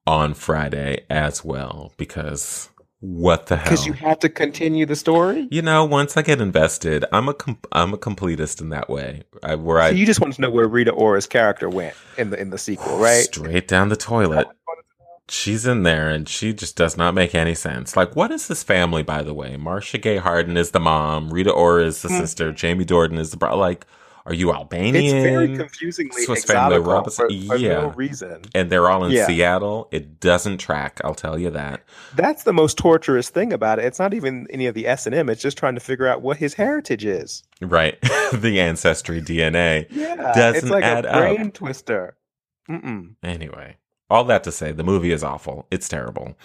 [SPEAKER 1] on Friday as well because what the hell?
[SPEAKER 2] Because you have to continue the story.
[SPEAKER 1] You know, once I get invested, I'm a com- I'm a completist in that way. I, where I
[SPEAKER 2] So you just want to know where Rita Ora's character went in the in the sequel, right?
[SPEAKER 1] Straight down the toilet. She's in there and she just does not make any sense. Like, what is this family, by the way? Marcia Gay Harden is the mom, Rita Ora is the
[SPEAKER 2] Mhm.
[SPEAKER 1] sister, Jamie Dornan is the bro. Like, are you Albanian?
[SPEAKER 2] It's very confusingly
[SPEAKER 1] Swiss Family
[SPEAKER 2] exotic for,
[SPEAKER 1] Robinson-
[SPEAKER 2] for
[SPEAKER 1] yeah.
[SPEAKER 2] no reason.
[SPEAKER 1] and they're all in
[SPEAKER 2] Yeah.
[SPEAKER 1] Seattle. It doesn't track, I'll tell you that.
[SPEAKER 2] That's the most torturous thing about it. It's not even any of the S and M. It's just trying to figure out what his heritage is.
[SPEAKER 1] Right. the ancestry DNA.
[SPEAKER 2] Yeah,
[SPEAKER 1] Doesn't
[SPEAKER 2] it's like
[SPEAKER 1] add
[SPEAKER 2] a
[SPEAKER 1] up.
[SPEAKER 2] brain twister. Mm-mm.
[SPEAKER 1] Anyway, all that to say, the movie is awful. It's terrible.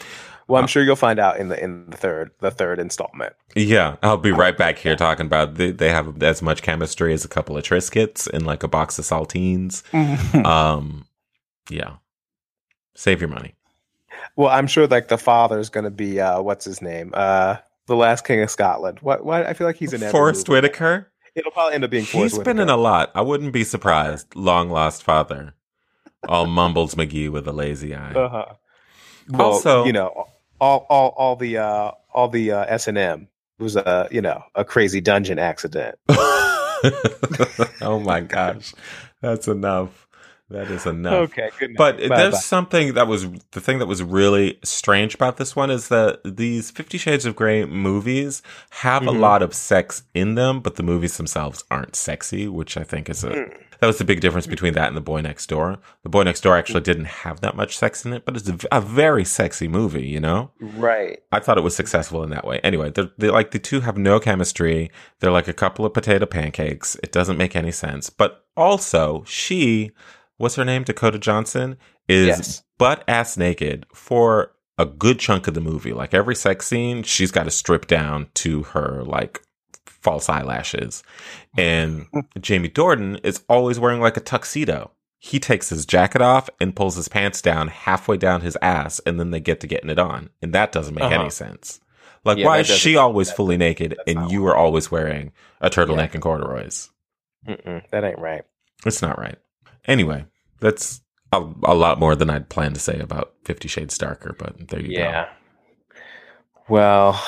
[SPEAKER 2] Well,
[SPEAKER 1] Uh,
[SPEAKER 2] I'm sure you'll find out in the in the third the third installment.
[SPEAKER 1] Yeah, I'll be right back here talking about they, they have as much chemistry as a couple of Triscuits and like a box of saltines. um yeah save your money
[SPEAKER 2] well, I'm sure like the father's going to be uh, what's his name, uh, the last king of Scotland. What? Why? I feel like he's in every
[SPEAKER 1] forrest
[SPEAKER 2] movie.
[SPEAKER 1] whitaker
[SPEAKER 2] It'll probably end up being
[SPEAKER 1] He's
[SPEAKER 2] Forrest
[SPEAKER 1] been
[SPEAKER 2] Whitaker.
[SPEAKER 1] in a lot i wouldn't be surprised long lost father all mumbles mcgee with a lazy eye
[SPEAKER 2] Uh-huh. Well,
[SPEAKER 1] Also-
[SPEAKER 2] you know, all all all the uh all the uh S and M was a you know a crazy dungeon accident.
[SPEAKER 1] oh my gosh that's enough That is enough.
[SPEAKER 2] Okay, good.
[SPEAKER 1] But
[SPEAKER 2] night.
[SPEAKER 1] there's
[SPEAKER 2] Bye-bye.
[SPEAKER 1] something that was the thing that was really strange about this one is that these Fifty Shades of Grey movies have a
[SPEAKER 2] Mhm.
[SPEAKER 1] lot of sex in them, but the movies themselves aren't sexy, which I think is a
[SPEAKER 2] Mm.
[SPEAKER 1] that was the big difference between that and The Boy Next Door. The Boy Next Door actually didn't have that much sex in it, but it's a, v- a very sexy movie, you know.
[SPEAKER 2] right.
[SPEAKER 1] I thought it was successful in that way. Anyway, they're, they like the two have no chemistry. They're like a couple of potato pancakes. It doesn't make any sense. But also, she, what's her name, Dakota Johnson, is
[SPEAKER 2] Yes.
[SPEAKER 1] butt ass naked for a good chunk of the movie. Like every sex scene, she's got to strip down to her like false eyelashes. And Jamie Dornan is always wearing like a tuxedo. He takes his jacket off and pulls his pants down halfway down his ass, and then they get to getting it on. And that doesn't make
[SPEAKER 2] Uh-huh.
[SPEAKER 1] any sense. Like,
[SPEAKER 2] Yeah,
[SPEAKER 1] why
[SPEAKER 2] that
[SPEAKER 1] is
[SPEAKER 2] doesn't-
[SPEAKER 1] she always
[SPEAKER 2] that-
[SPEAKER 1] fully naked
[SPEAKER 2] that's
[SPEAKER 1] and
[SPEAKER 2] not
[SPEAKER 1] you are always wearing a turtleneck and corduroys?
[SPEAKER 2] Mm-mm, that ain't right.
[SPEAKER 1] It's not right. Anyway, that's a, a lot more than I'd planned to say about Fifty Shades Darker, but there you go.
[SPEAKER 2] Yeah. Well,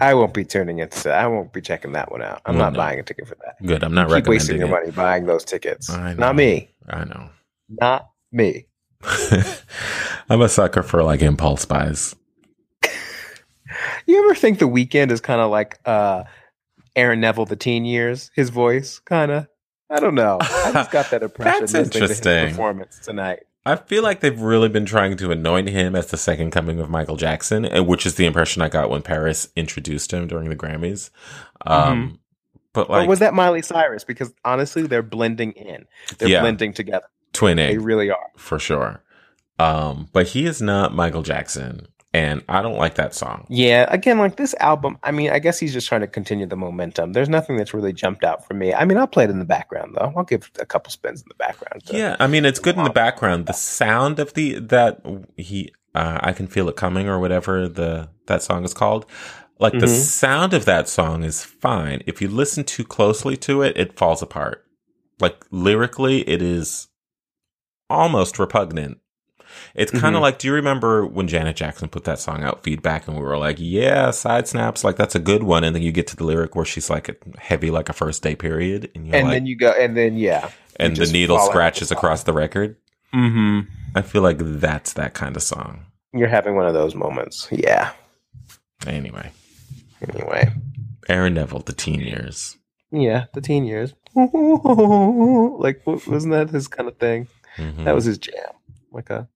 [SPEAKER 2] I won't be turning it. I won't be checking that one out. I'm
[SPEAKER 1] Well,
[SPEAKER 2] not
[SPEAKER 1] no.
[SPEAKER 2] buying a ticket for that.
[SPEAKER 1] Good. I'm not
[SPEAKER 2] Keep wasting
[SPEAKER 1] recommending
[SPEAKER 2] your
[SPEAKER 1] it.
[SPEAKER 2] money buying those tickets.
[SPEAKER 1] I know.
[SPEAKER 2] Not me.
[SPEAKER 1] I know.
[SPEAKER 2] Not me.
[SPEAKER 1] I'm a sucker for like impulse buys.
[SPEAKER 2] You ever think the weekend is kind of like uh, Aaron Neville, the teen years, his voice, kind of. I don't know. I just got that impression.
[SPEAKER 1] That's
[SPEAKER 2] listening to his
[SPEAKER 1] interesting.
[SPEAKER 2] performance tonight.
[SPEAKER 1] I feel like they've really been trying to anoint him as the second coming of Michael Jackson, and which is the impression I got when Paris introduced him during the Grammys. Um, But
[SPEAKER 2] or
[SPEAKER 1] like
[SPEAKER 2] Mm-hmm. was that Miley Cyrus? Because honestly, they're blending in. They're
[SPEAKER 1] Yeah.
[SPEAKER 2] blending together.
[SPEAKER 1] Twin
[SPEAKER 2] They
[SPEAKER 1] A
[SPEAKER 2] really are.
[SPEAKER 1] for sure. Um, but he is not Michael Jackson, and I don't like that song.
[SPEAKER 2] Yeah, again, like this album, I mean, I guess he's just trying to continue the momentum. There's nothing that's really jumped out for me. I mean, I'll play it in the background though. I'll give a couple spins in the background. to-
[SPEAKER 1] Yeah, I mean it's good in the background. The sound of the that he uh, I can feel it coming or whatever the that song is called. Like the
[SPEAKER 2] Mhm.
[SPEAKER 1] sound of that song is fine. If you listen too closely to it, it falls apart. Like lyrically, it is almost repugnant. It's kind of
[SPEAKER 2] Mhm.
[SPEAKER 1] like, do you remember when Janet Jackson put that song out, Feedback, and we were like, yeah, side snaps, like that's a good one. And then you get to the lyric where she's like heavy, like a first day period, and you're
[SPEAKER 2] And
[SPEAKER 1] like,
[SPEAKER 2] then you go, and then yeah,
[SPEAKER 1] and the
[SPEAKER 2] just
[SPEAKER 1] needle
[SPEAKER 2] fall out of
[SPEAKER 1] scratches
[SPEAKER 2] the song.
[SPEAKER 1] across the record.
[SPEAKER 2] mm-hmm.
[SPEAKER 1] I feel like that's that kind of song.
[SPEAKER 2] you're having one of those moments. Yeah.
[SPEAKER 1] Anyway,
[SPEAKER 2] Anyway,
[SPEAKER 1] Aaron Neville, the teen years.
[SPEAKER 2] yeah, the teen years. like, wa- wasn't that his kind of thing?
[SPEAKER 1] Mhm.
[SPEAKER 2] That was his jam. Like a.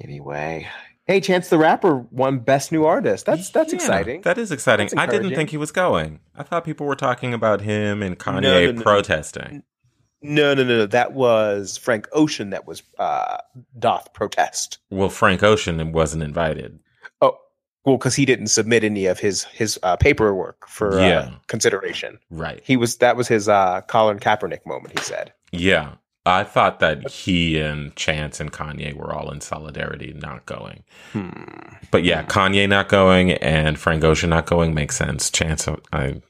[SPEAKER 2] Anyway, hey, Chance the Rapper won Best New Artist. That's that's
[SPEAKER 1] Yeah,
[SPEAKER 2] exciting.
[SPEAKER 1] That is exciting.
[SPEAKER 2] That's
[SPEAKER 1] I didn't
[SPEAKER 2] encouraging.
[SPEAKER 1] think he was going. I thought people were talking about him and Kanye
[SPEAKER 2] no, no.
[SPEAKER 1] protesting.
[SPEAKER 2] No, no, no, no. That was Frank Ocean that was uh, doth protest.
[SPEAKER 1] Well, Frank Ocean wasn't invited.
[SPEAKER 2] Oh, well, because he didn't submit any of his his uh, paperwork for
[SPEAKER 1] Yeah.
[SPEAKER 2] uh, consideration.
[SPEAKER 1] Right.
[SPEAKER 2] He was that was his uh, Colin Kaepernick moment. He said,
[SPEAKER 1] Yeah. I thought that he and Chance and Kanye were all in solidarity not going.
[SPEAKER 2] "Hmm,
[SPEAKER 1] But yeah, Kanye not going and Frank Ocean not going makes sense. Chance, I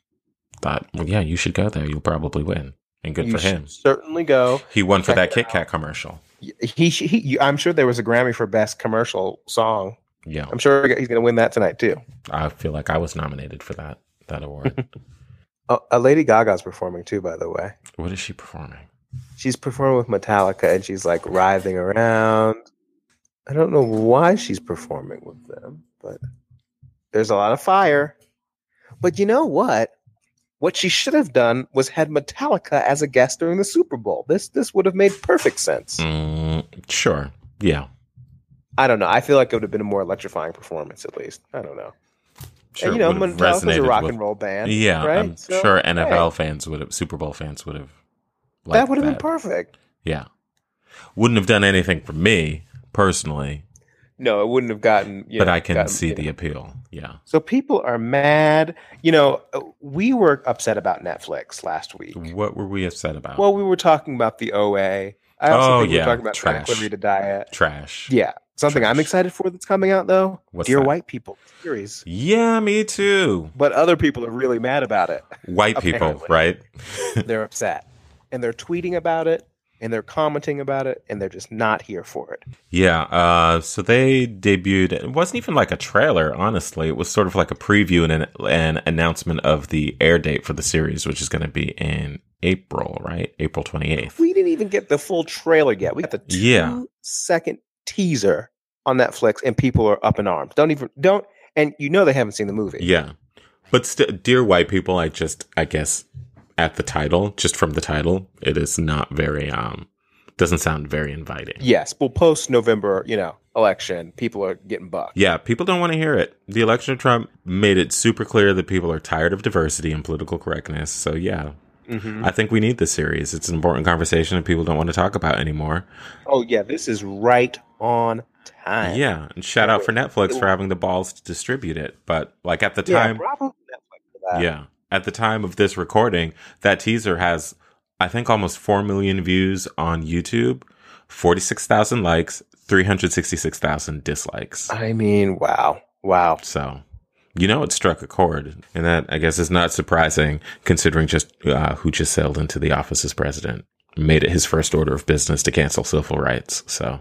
[SPEAKER 1] thought, well, yeah, you should go there. You'll probably win. And good
[SPEAKER 2] you
[SPEAKER 1] for
[SPEAKER 2] should
[SPEAKER 1] him.
[SPEAKER 2] Certainly go.
[SPEAKER 1] He won for that
[SPEAKER 2] check it
[SPEAKER 1] Kit Kat commercial.
[SPEAKER 2] He, he, he you- I'm sure there was a Grammy for best commercial song.
[SPEAKER 1] Yeah.
[SPEAKER 2] I'm sure he's going to win that tonight too.
[SPEAKER 1] I feel like I was nominated for that that award.
[SPEAKER 2] Uh, uh, Lady Gaga's performing too, by the way.
[SPEAKER 1] what is she performing?
[SPEAKER 2] she's performing with Metallica and she's like writhing around. I don't know why she's performing with them, but there's a lot of fire. But you know what? What she should have done was had Metallica as a guest during the Super Bowl. This this would have made perfect sense.
[SPEAKER 1] Mm, sure. Yeah.
[SPEAKER 2] I don't know. I feel like it would have been a more electrifying performance, at least. I don't know.
[SPEAKER 1] Sure.
[SPEAKER 2] and you know,
[SPEAKER 1] it would've
[SPEAKER 2] Metallica's a
[SPEAKER 1] resonated
[SPEAKER 2] rock
[SPEAKER 1] with-
[SPEAKER 2] and roll band.
[SPEAKER 1] Yeah,
[SPEAKER 2] right?
[SPEAKER 1] I'm
[SPEAKER 2] So,
[SPEAKER 1] sure NFL fans would have, Super Bowl fans would have.
[SPEAKER 2] hey, that
[SPEAKER 1] liked
[SPEAKER 2] would have been perfect.
[SPEAKER 1] Yeah. Wouldn't have done anything for me personally,
[SPEAKER 2] No, it wouldn't have gotten. You
[SPEAKER 1] but
[SPEAKER 2] know,
[SPEAKER 1] I can
[SPEAKER 2] gotten,
[SPEAKER 1] see
[SPEAKER 2] you know.
[SPEAKER 1] the appeal. Yeah.
[SPEAKER 2] So people are mad. You know, we were upset about Netflix last week.
[SPEAKER 1] What were we upset about?
[SPEAKER 2] Well, we were talking about the OA. I also
[SPEAKER 1] Oh,
[SPEAKER 2] think we
[SPEAKER 1] yeah,
[SPEAKER 2] were talking about
[SPEAKER 1] trash.
[SPEAKER 2] Trash. to Diet.
[SPEAKER 1] Trash.
[SPEAKER 2] Yeah. Something I'm
[SPEAKER 1] Trash.
[SPEAKER 2] excited for that's coming out though.
[SPEAKER 1] What's
[SPEAKER 2] Dear
[SPEAKER 1] that?
[SPEAKER 2] White People series.
[SPEAKER 1] Yeah, me too.
[SPEAKER 2] But other people are really mad about it.
[SPEAKER 1] White people,
[SPEAKER 2] Apparently.
[SPEAKER 1] right?
[SPEAKER 2] they're upset. And they're tweeting about it and they're commenting about it and they're just not here for it.
[SPEAKER 1] Yeah, uh, so they debuted. It wasn't even like a trailer, honestly. It was sort of like a preview and an, an announcement of the air date for the series, which is going to be in April, right? April 28th.
[SPEAKER 2] We didn't even get the full trailer yet. We got the two
[SPEAKER 1] Yeah.
[SPEAKER 2] second teaser on Netflix, and people are up in arms. Don't even don't. And you know they haven't seen the movie.
[SPEAKER 1] Yeah. But still, dear white people, I just, I guess, at the title, just from the title, it is not very, um, doesn't sound very inviting.
[SPEAKER 2] Yes. Well, post November, you know, election, people are getting bucked.
[SPEAKER 1] Yeah, people don't want to hear it. The election of Trump made it super clear that people are tired of diversity and political correctness. So, yeah,
[SPEAKER 2] Mhm.
[SPEAKER 1] I think we need this series. It's an important conversation that people don't want to talk about anymore.
[SPEAKER 2] Oh yeah, this is right on time.
[SPEAKER 1] Yeah, and shout out for Netflix for having the balls to distribute it. But, like, at the
[SPEAKER 2] Yeah.
[SPEAKER 1] time,
[SPEAKER 2] Bravo Netflix for that.
[SPEAKER 1] yeah, at the time of this recording, that teaser has, I think, almost 4 million views on YouTube, 46,000 likes, 366,000 dislikes.
[SPEAKER 2] I mean, wow, wow.
[SPEAKER 1] So, you know, it struck a chord. And that, I guess, is not surprising considering just uh, who just sailed into the office as president, made it his first order of business to cancel civil rights. So,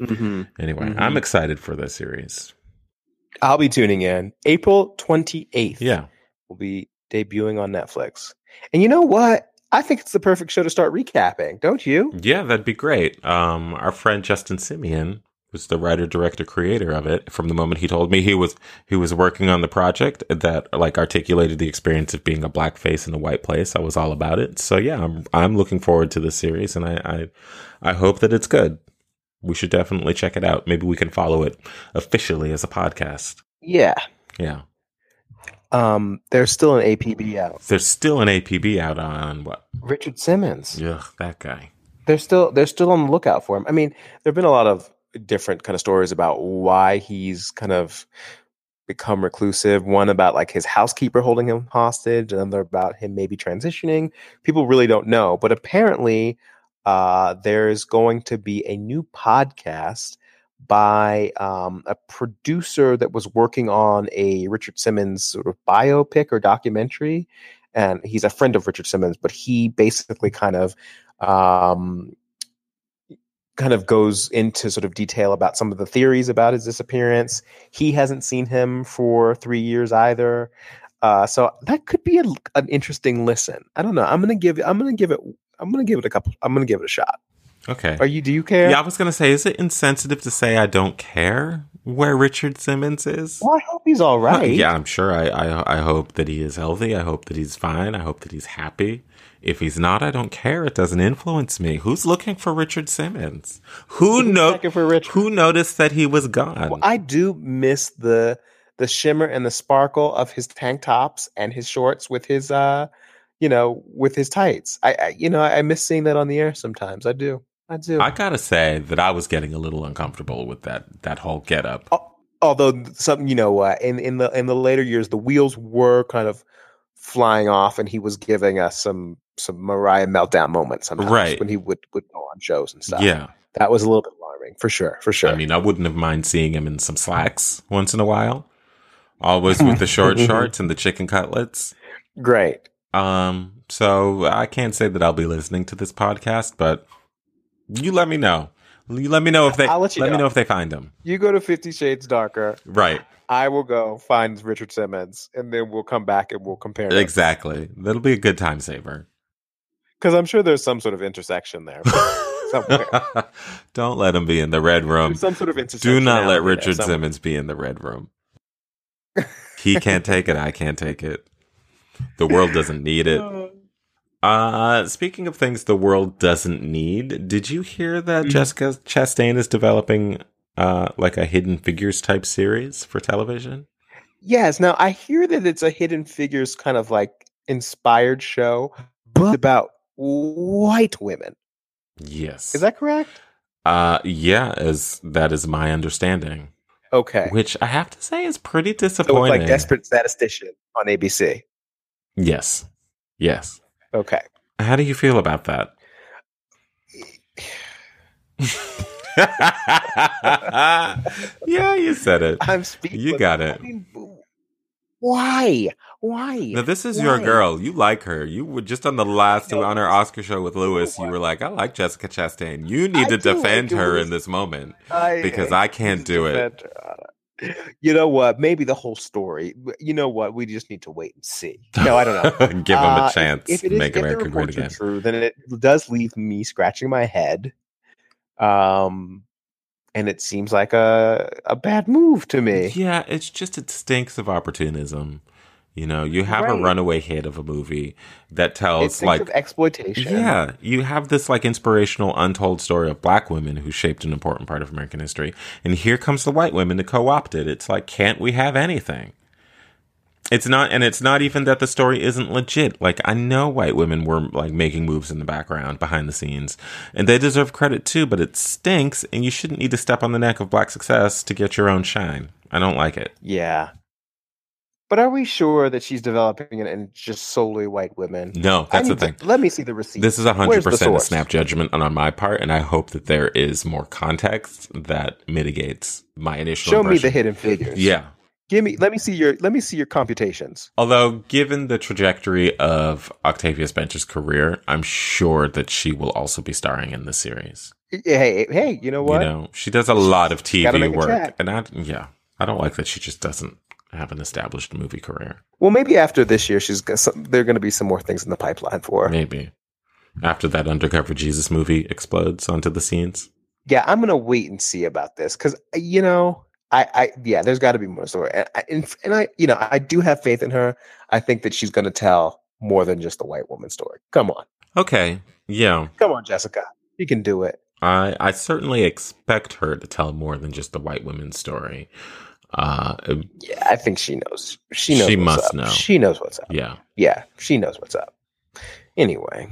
[SPEAKER 2] Mm-hmm.
[SPEAKER 1] anyway,
[SPEAKER 2] Mhm.
[SPEAKER 1] I'm excited for this series.
[SPEAKER 2] I'll be tuning in. April twenty eighth.
[SPEAKER 1] Yeah.
[SPEAKER 2] will be debuting on Netflix. And you know what? I think it's the perfect show to start recapping, don't you?
[SPEAKER 1] Yeah, that'd be great. Um, our friend Justin Simeon was the writer, director, creator of it. From the moment he told me he was he was working on the project that like articulated the experience of being a black face in a white place, I was all about it. So yeah, I'm I'm looking forward to this series, and I I, I hope that it's good. We should definitely check it out. Maybe we can follow it officially as a podcast.
[SPEAKER 2] Yeah.
[SPEAKER 1] Yeah,
[SPEAKER 2] Um, there's still an APB out.
[SPEAKER 1] there's still an APB out on what?
[SPEAKER 2] Richard Simmons.
[SPEAKER 1] Ugh, that guy.
[SPEAKER 2] They're still they're still on the lookout for him. I mean, there have been a lot of different kind of stories about why he's kind of become reclusive. One about like his housekeeper holding him hostage, another about him maybe transitioning. People really don't know, but apparently uh, there's going to be a new podcast by um, a producer that was working on a Richard Simmons sort of biopic or documentary. And he's a friend of Richard Simmons, but he basically kind of um, kind of goes into sort of detail about some of the theories about his disappearance. He hasn't seen him for three years either, uh, so that could be a, an interesting listen. I don't know. I'm gonna give. I'm gonna give it. I'm gonna give it a couple. I'm gonna give it a shot.
[SPEAKER 1] Okay.
[SPEAKER 2] Are you? Do you care?
[SPEAKER 1] Yeah, I was gonna say, is it insensitive to say I don't care where Richard Simmons is?
[SPEAKER 2] Well, I hope he's all right.
[SPEAKER 1] Yeah, I'm sure. I, I I hope that he is healthy. I hope that he's fine. I hope that he's happy. If he's not, I don't care. It doesn't influence me. Who's looking for Richard Simmons? Who
[SPEAKER 2] Who's
[SPEAKER 1] no-
[SPEAKER 2] checking for Richard?
[SPEAKER 1] Who noticed that he was gone?
[SPEAKER 2] Well, I do miss the the shimmer and the sparkle of his tank tops and his shorts with his uh you know with his tights. I, I you know I miss seeing that on the air sometimes. I do. I do.
[SPEAKER 1] I gotta say that I was getting a little uncomfortable with that that whole getup.
[SPEAKER 2] Although some you know uh, in in the in the later years the wheels were kind of flying off and he was giving us some some Mariah meltdown moments sometimes
[SPEAKER 1] Right.
[SPEAKER 2] when he would would go on shows and stuff.
[SPEAKER 1] Yeah,
[SPEAKER 2] That was a little bit alarming for sure, for sure.
[SPEAKER 1] I mean, I wouldn't have mind seeing him in some slacks once in a while. Always with the short shorts and the chicken cutlets.
[SPEAKER 2] Great.
[SPEAKER 1] Um, so I can't say that I'll be listening to this podcast, but you let me know. You let me know if they
[SPEAKER 2] I'll let you
[SPEAKER 1] me
[SPEAKER 2] know.
[SPEAKER 1] know if they find him.
[SPEAKER 2] You go to 50 shades darker.
[SPEAKER 1] Right.
[SPEAKER 2] I will go find Richard Simmons, and then we'll come back and we'll compare.
[SPEAKER 1] Exactly. That'll be a good time saver.
[SPEAKER 2] Because I'm sure there's some sort of intersection there. Somewhere.
[SPEAKER 1] Don't let him be in the red room.
[SPEAKER 2] There's some sort of intersection.
[SPEAKER 1] Um, Do not let Richard Simmons be in the red room. He can't take it. I can't take it. The world doesn't need it. Uh, speaking of things the world doesn't need, did you hear that
[SPEAKER 2] Mhm.
[SPEAKER 1] Jessica Chastain is developing uh like a hidden figures type series for television?
[SPEAKER 2] Yes. Now I hear that it's a Hidden Figures kind of like inspired show but about white women.
[SPEAKER 1] Yes.
[SPEAKER 2] Is that correct?
[SPEAKER 1] uh yeah, as that is my understanding.
[SPEAKER 2] Okay.
[SPEAKER 1] Which I have to say is pretty
[SPEAKER 2] So it's
[SPEAKER 1] disappointing.
[SPEAKER 2] like Desperate Statistician on ABC.
[SPEAKER 1] yes. Yes.
[SPEAKER 2] Okay.
[SPEAKER 1] How do you feel about that? yeah, you said it.
[SPEAKER 2] I'm speaking.
[SPEAKER 1] You got it.
[SPEAKER 2] I mean, why? Why?
[SPEAKER 1] Now this is your
[SPEAKER 2] Why?
[SPEAKER 1] girl. You like her. You were just on the last
[SPEAKER 2] No,
[SPEAKER 1] on our Oscar show with Lewis. You
[SPEAKER 2] what?
[SPEAKER 1] were like, "I like Jessica Chastain." You need
[SPEAKER 2] I
[SPEAKER 1] to
[SPEAKER 2] do like
[SPEAKER 1] defend her
[SPEAKER 2] Lewis.
[SPEAKER 1] in this moment
[SPEAKER 2] I
[SPEAKER 1] because
[SPEAKER 2] hate
[SPEAKER 1] I can't do it.
[SPEAKER 2] defend her. uh, you know what? Maybe the whole story. You know what? We just need to wait and see. No, I don't know.
[SPEAKER 1] Give them
[SPEAKER 2] Uh,
[SPEAKER 1] a chance.
[SPEAKER 2] if it is
[SPEAKER 1] Make
[SPEAKER 2] if the
[SPEAKER 1] America great
[SPEAKER 2] reports are
[SPEAKER 1] again.
[SPEAKER 2] true, then it does leave me scratching my head. Um, and it seems like a a bad move to me.
[SPEAKER 1] Yeah, it's just it stinks of opportunism. You know, you have
[SPEAKER 2] Right.
[SPEAKER 1] a runaway hit of a movie that
[SPEAKER 2] it
[SPEAKER 1] tells
[SPEAKER 2] thinks
[SPEAKER 1] like
[SPEAKER 2] of exploitation.
[SPEAKER 1] Yeah, you have this like inspirational, untold story of black women who shaped an important part of American history, and here comes the white women to co-opt it. It's like, can't we have anything? It's not, and it's not even that the story isn't legit. Like I know white women were like making moves in the background, behind the scenes, and they deserve credit too. But it stinks, and you shouldn't need to step on the neck of black success to get your own shine. I don't like it.
[SPEAKER 2] Yeah. But are we sure that she's developing it and it's just solely white women?
[SPEAKER 1] No,
[SPEAKER 2] I
[SPEAKER 1] that's the
[SPEAKER 2] need to-
[SPEAKER 1] thing.
[SPEAKER 2] let me see the receipt.
[SPEAKER 1] This is
[SPEAKER 2] Where's the
[SPEAKER 1] 100% a
[SPEAKER 2] source?
[SPEAKER 1] snap judgment on, on my part, and I hope that there is more context that mitigates my initial
[SPEAKER 2] Show me
[SPEAKER 1] impression.
[SPEAKER 2] the hidden figures.
[SPEAKER 1] Yeah.
[SPEAKER 2] Give me. Let me see your. Let me see your computations.
[SPEAKER 1] Although, given the trajectory of Octavia Spencer's career, I'm sure that she will also be starring in this series.
[SPEAKER 2] Hey, hey. You know what?
[SPEAKER 1] You know, she does a lot of
[SPEAKER 2] Gotta
[SPEAKER 1] TV
[SPEAKER 2] make a
[SPEAKER 1] work.
[SPEAKER 2] check.
[SPEAKER 1] And I, yeah, I don't like that she just doesn't have an established movie career.
[SPEAKER 2] Well, maybe after this year, she's got some, there are going to be some more things in the pipeline for her.
[SPEAKER 1] Maybe. After that undercover Jesus movie explodes onto the scenes.
[SPEAKER 2] Yeah, I'm going to wait and see about this because you know, I, I, yeah, there's got to be more story, and I, and, and I, you know, I do have faith in her. I think that she's going to tell more than just the white woman story. Come on,
[SPEAKER 1] Okay. Yeah.
[SPEAKER 2] come on, Jessica, you can do it.
[SPEAKER 1] I I certainly expect her to tell more than just the white women's story. Uh,
[SPEAKER 2] Yeah, I think she knows. She knows.
[SPEAKER 1] She
[SPEAKER 2] what's
[SPEAKER 1] must
[SPEAKER 2] up.
[SPEAKER 1] know.
[SPEAKER 2] She knows what's up.
[SPEAKER 1] yeah.
[SPEAKER 2] Yeah, she knows what's up. Anyway,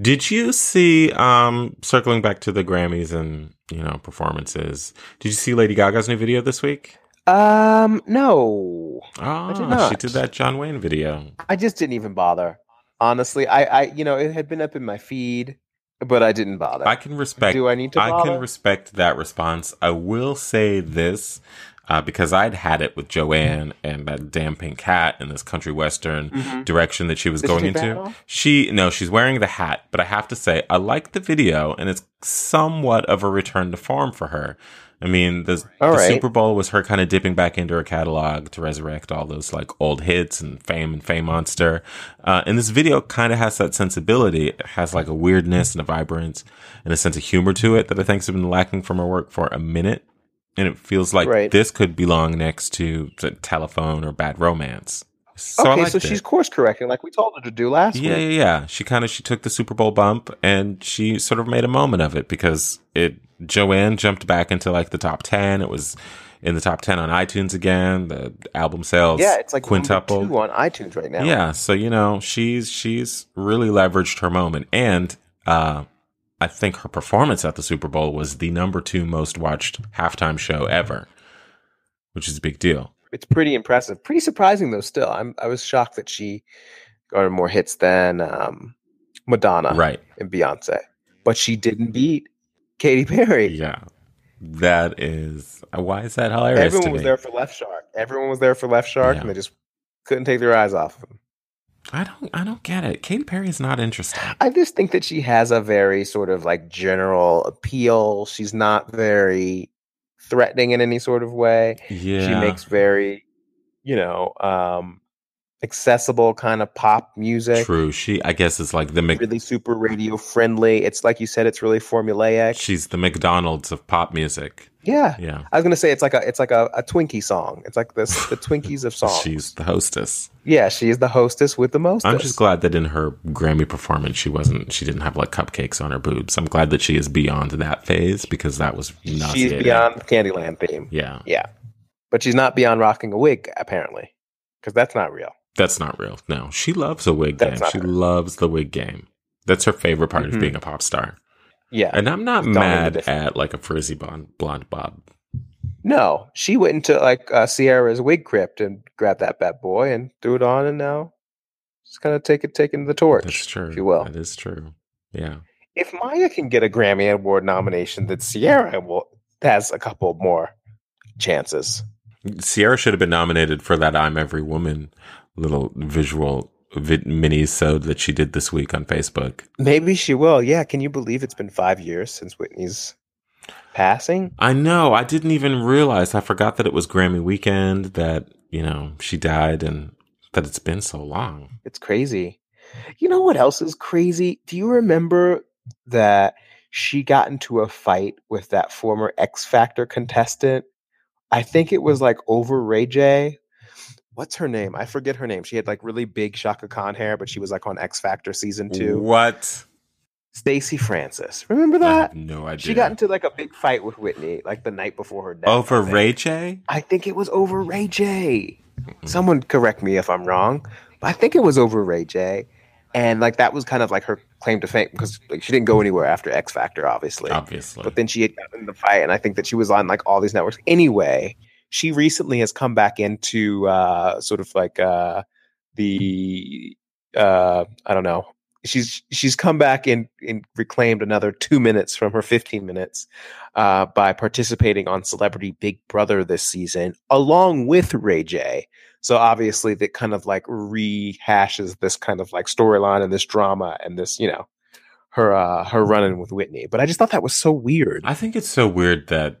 [SPEAKER 1] Did you see? Um, circling back to the Grammys and you know performances. Did you see Lady Gaga's new video this week?
[SPEAKER 2] um, no,
[SPEAKER 1] Ah,
[SPEAKER 2] did not.
[SPEAKER 1] she did that John Wayne video.
[SPEAKER 2] I just didn't even bother. Honestly, I, I, you know, it had been up in my feed, but I didn't bother.
[SPEAKER 1] I can respect.
[SPEAKER 2] Do I need to
[SPEAKER 1] I
[SPEAKER 2] bother?
[SPEAKER 1] can respect that response. I will say this uh, because I'd had it with Joanne and that damn pink cat and this country western
[SPEAKER 2] Mhm.
[SPEAKER 1] direction that she was
[SPEAKER 2] Did she
[SPEAKER 1] going
[SPEAKER 2] take that
[SPEAKER 1] into.
[SPEAKER 2] off?
[SPEAKER 1] She no, she's wearing the hat, but I have to say I like the video and it's somewhat of a return to form for her. I mean, the,
[SPEAKER 2] All
[SPEAKER 1] the
[SPEAKER 2] right.
[SPEAKER 1] Super Bowl was her kind of dipping back into her catalog to resurrect all those like old hits and Fame and Fame Monster. Uh, and this video kind of has that sensibility. It has like a weirdness and a vibrance and a sense of humor to it that I think's been lacking from her work for a minute. And it feels like
[SPEAKER 2] Right.
[SPEAKER 1] this could belong next to, to Telephone or Bad Romance. So I
[SPEAKER 2] okay,
[SPEAKER 1] liked
[SPEAKER 2] so
[SPEAKER 1] it.
[SPEAKER 2] she's course correcting, like we told her to do last
[SPEAKER 1] Yeah,
[SPEAKER 2] week.
[SPEAKER 1] yeah, yeah. She kind of she took the Super Bowl bump and she sort of made a moment of it because it Joanne jumped back into like the top ten. It was in the top ten on iTunes again. The album sales,
[SPEAKER 2] Yeah, it's like quintuple
[SPEAKER 1] quintupled.
[SPEAKER 2] two on iTunes right now.
[SPEAKER 1] Yeah, so you know she's she's really leveraged her moment, and uh, I think her performance at the Super Bowl was the number two most watched halftime show ever, which is a big deal.
[SPEAKER 2] it's pretty impressive. Pretty surprising though. Still, I'm I was shocked that she garnered more hits than um, Madonna
[SPEAKER 1] Right.
[SPEAKER 2] and Beyonce, but she didn't beat Katy Perry.
[SPEAKER 1] Yeah. That is why is that hilarious? to
[SPEAKER 2] Everyone was
[SPEAKER 1] me?
[SPEAKER 2] there for Left Shark. Everyone was there for Left Shark,
[SPEAKER 1] Yeah.
[SPEAKER 2] and they just couldn't take their eyes off of him.
[SPEAKER 1] I don't I don't get it. Katy Perry is not interesting.
[SPEAKER 2] I just think that she has a very sort of like general appeal. She's not very threatening in any sort of way.
[SPEAKER 1] Yeah.
[SPEAKER 2] She makes very, you know, um accessible kind of pop music.
[SPEAKER 1] true. She I guess it's like the Mc,
[SPEAKER 2] Really super radio friendly. It's like you said, it's really formulaic.
[SPEAKER 1] she's the McDonald's of pop music.
[SPEAKER 2] Yeah.
[SPEAKER 1] Yeah.
[SPEAKER 2] I was gonna say it's like a it's like a, a Twinkie song. It's like this the Twinkies of songs.
[SPEAKER 1] She's the hostess.
[SPEAKER 2] yeah, she is the hostess with the most.
[SPEAKER 1] I'm just glad that in her Grammy performance she wasn't she didn't have like cupcakes on her boobs. I'm glad that she is beyond that phase because that was
[SPEAKER 2] she's
[SPEAKER 1] nauseating.
[SPEAKER 2] beyond the Candyland theme.
[SPEAKER 1] yeah.
[SPEAKER 2] Yeah. But she's not beyond rocking a wig, apparently. Because that's not real.
[SPEAKER 1] That's not real. No. She loves the wig game.
[SPEAKER 2] That's not
[SPEAKER 1] She
[SPEAKER 2] her.
[SPEAKER 1] loves the wig game. That's her favorite part of
[SPEAKER 2] Mhm.
[SPEAKER 1] being a pop star.
[SPEAKER 2] Yeah.
[SPEAKER 1] And I'm not
[SPEAKER 2] Don't know the
[SPEAKER 1] mad
[SPEAKER 2] difference.
[SPEAKER 1] at like a frizzy blonde blonde bob.
[SPEAKER 2] No, she went into like uh, Sierra's wig crypt and grabbed that bad boy and threw it on, and now she's kind of take it, taking the torch.
[SPEAKER 1] That's true.
[SPEAKER 2] If you will.
[SPEAKER 1] That is true. Yeah.
[SPEAKER 2] If Maya can get a Grammy Award nomination, then Sierra will has a couple more chances.
[SPEAKER 1] Sierra should have been nominated for that "I'm Every Woman" little visual vid- mini sode that she did this week on Facebook.
[SPEAKER 2] Maybe she will. Yeah, can you believe it's been five years since Whitney's passing.
[SPEAKER 1] I know. I didn't even realize. I forgot that it was Grammy weekend, that, you know, she died and that it's been so long.
[SPEAKER 2] It's crazy. You know what else is crazy? Do you remember that she got into a fight with that former X Factor contestant? I think it was like over Ray J. What's her name? I forget her name. She had like really big Shaka Khan hair, but she was like on X Factor season two.
[SPEAKER 1] What?
[SPEAKER 2] Stacy Francis. Remember
[SPEAKER 1] I
[SPEAKER 2] that?
[SPEAKER 1] have no idea.
[SPEAKER 2] She got into like a big fight with Whitney like the night before her death. I
[SPEAKER 1] over
[SPEAKER 2] think.
[SPEAKER 1] Ray J?
[SPEAKER 2] I think it was over Ray J. Someone correct me if I'm wrong, but I think it was over Ray J. And like that was kind of like her claim to fame because like she didn't go anywhere after X Factor, obviously.
[SPEAKER 1] Obviously.
[SPEAKER 2] But then she had gotten in the fight, and I think that she was on like all these networks anyway. She recently has come back into uh, sort of like uh, the uh, I don't know. She's she's come back and, and reclaimed another two minutes from her fifteen minutes uh, by participating on Celebrity Big Brother this season, along with Ray J. So obviously that kind of like rehashes this kind of like storyline and this drama and this you know her uh, her running with Whitney. But I just thought that was so weird.
[SPEAKER 1] I think it's so weird that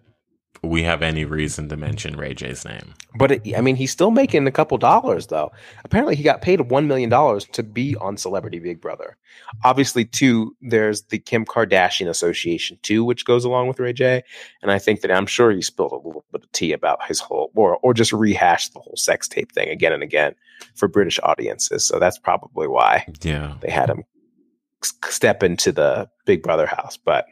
[SPEAKER 1] we have any reason to mention Ray J's name.
[SPEAKER 2] But it, I mean, he's still making a couple dollars though. Apparently, he got paid one million dollars to be on Celebrity Big Brother. Obviously, too, there's the Kim Kardashian Association too, which goes along with Ray J. And I think that I'm sure he spilled a little bit of tea about his whole, or or just rehashed the whole sex tape thing again and again for British audiences. So that's probably why
[SPEAKER 1] Yeah.
[SPEAKER 2] they had him s- step into the Big Brother house. But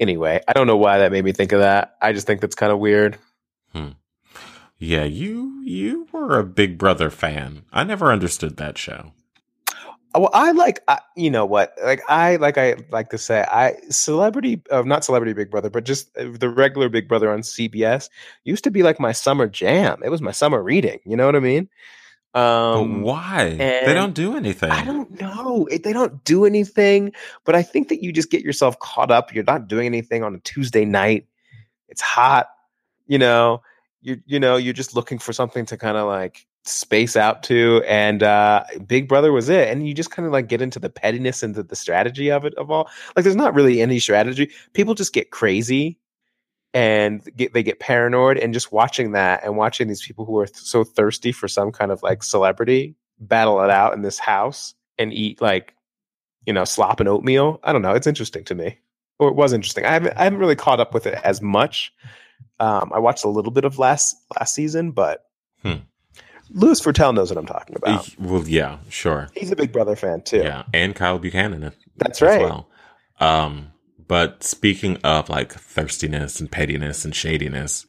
[SPEAKER 2] anyway, I don't know why that made me think of that. I just think that's kind of weird.
[SPEAKER 1] Yeah, you you were a Big Brother fan. I never understood that show.
[SPEAKER 2] Uh, Well, I like I, you know what? Like I like I like to say I celebrity uh, not celebrity Big Brother, but just uh, the regular Big Brother on CBS used to be like my summer jam. It was my summer reading. You know what I mean?
[SPEAKER 1] but
[SPEAKER 2] Um,
[SPEAKER 1] why? They
[SPEAKER 2] and
[SPEAKER 1] don't do anything.
[SPEAKER 2] I don't know. It, they don't do anything, but I think that you just get yourself caught up. You're not doing anything on a Tuesday night. It's hot, you know. You you know you're just looking for something to kind of like space out to, and uh, Big Brother was it. And you just kind of like get into the pettiness and the, the strategy of it of all. Like there's not really any strategy. People just get crazy and get, they get paranoid and just watching that and watching these people who are th- so thirsty for some kind of like celebrity battle it out in this house and eat like you know slop and oatmeal i don't know it's interesting to me or it was interesting i haven't, I haven't really caught up with it as much um, i watched a little bit of last last season but
[SPEAKER 1] Hmm.
[SPEAKER 2] louis Fertel knows what i'm talking about
[SPEAKER 1] Eh, Well, yeah, sure.
[SPEAKER 2] he's a big brother fan too
[SPEAKER 1] Yeah, and Kyle Buchanan. as-
[SPEAKER 2] That's
[SPEAKER 1] as
[SPEAKER 2] right.
[SPEAKER 1] well. Um, but speaking of like thirstiness and pettiness and shadiness,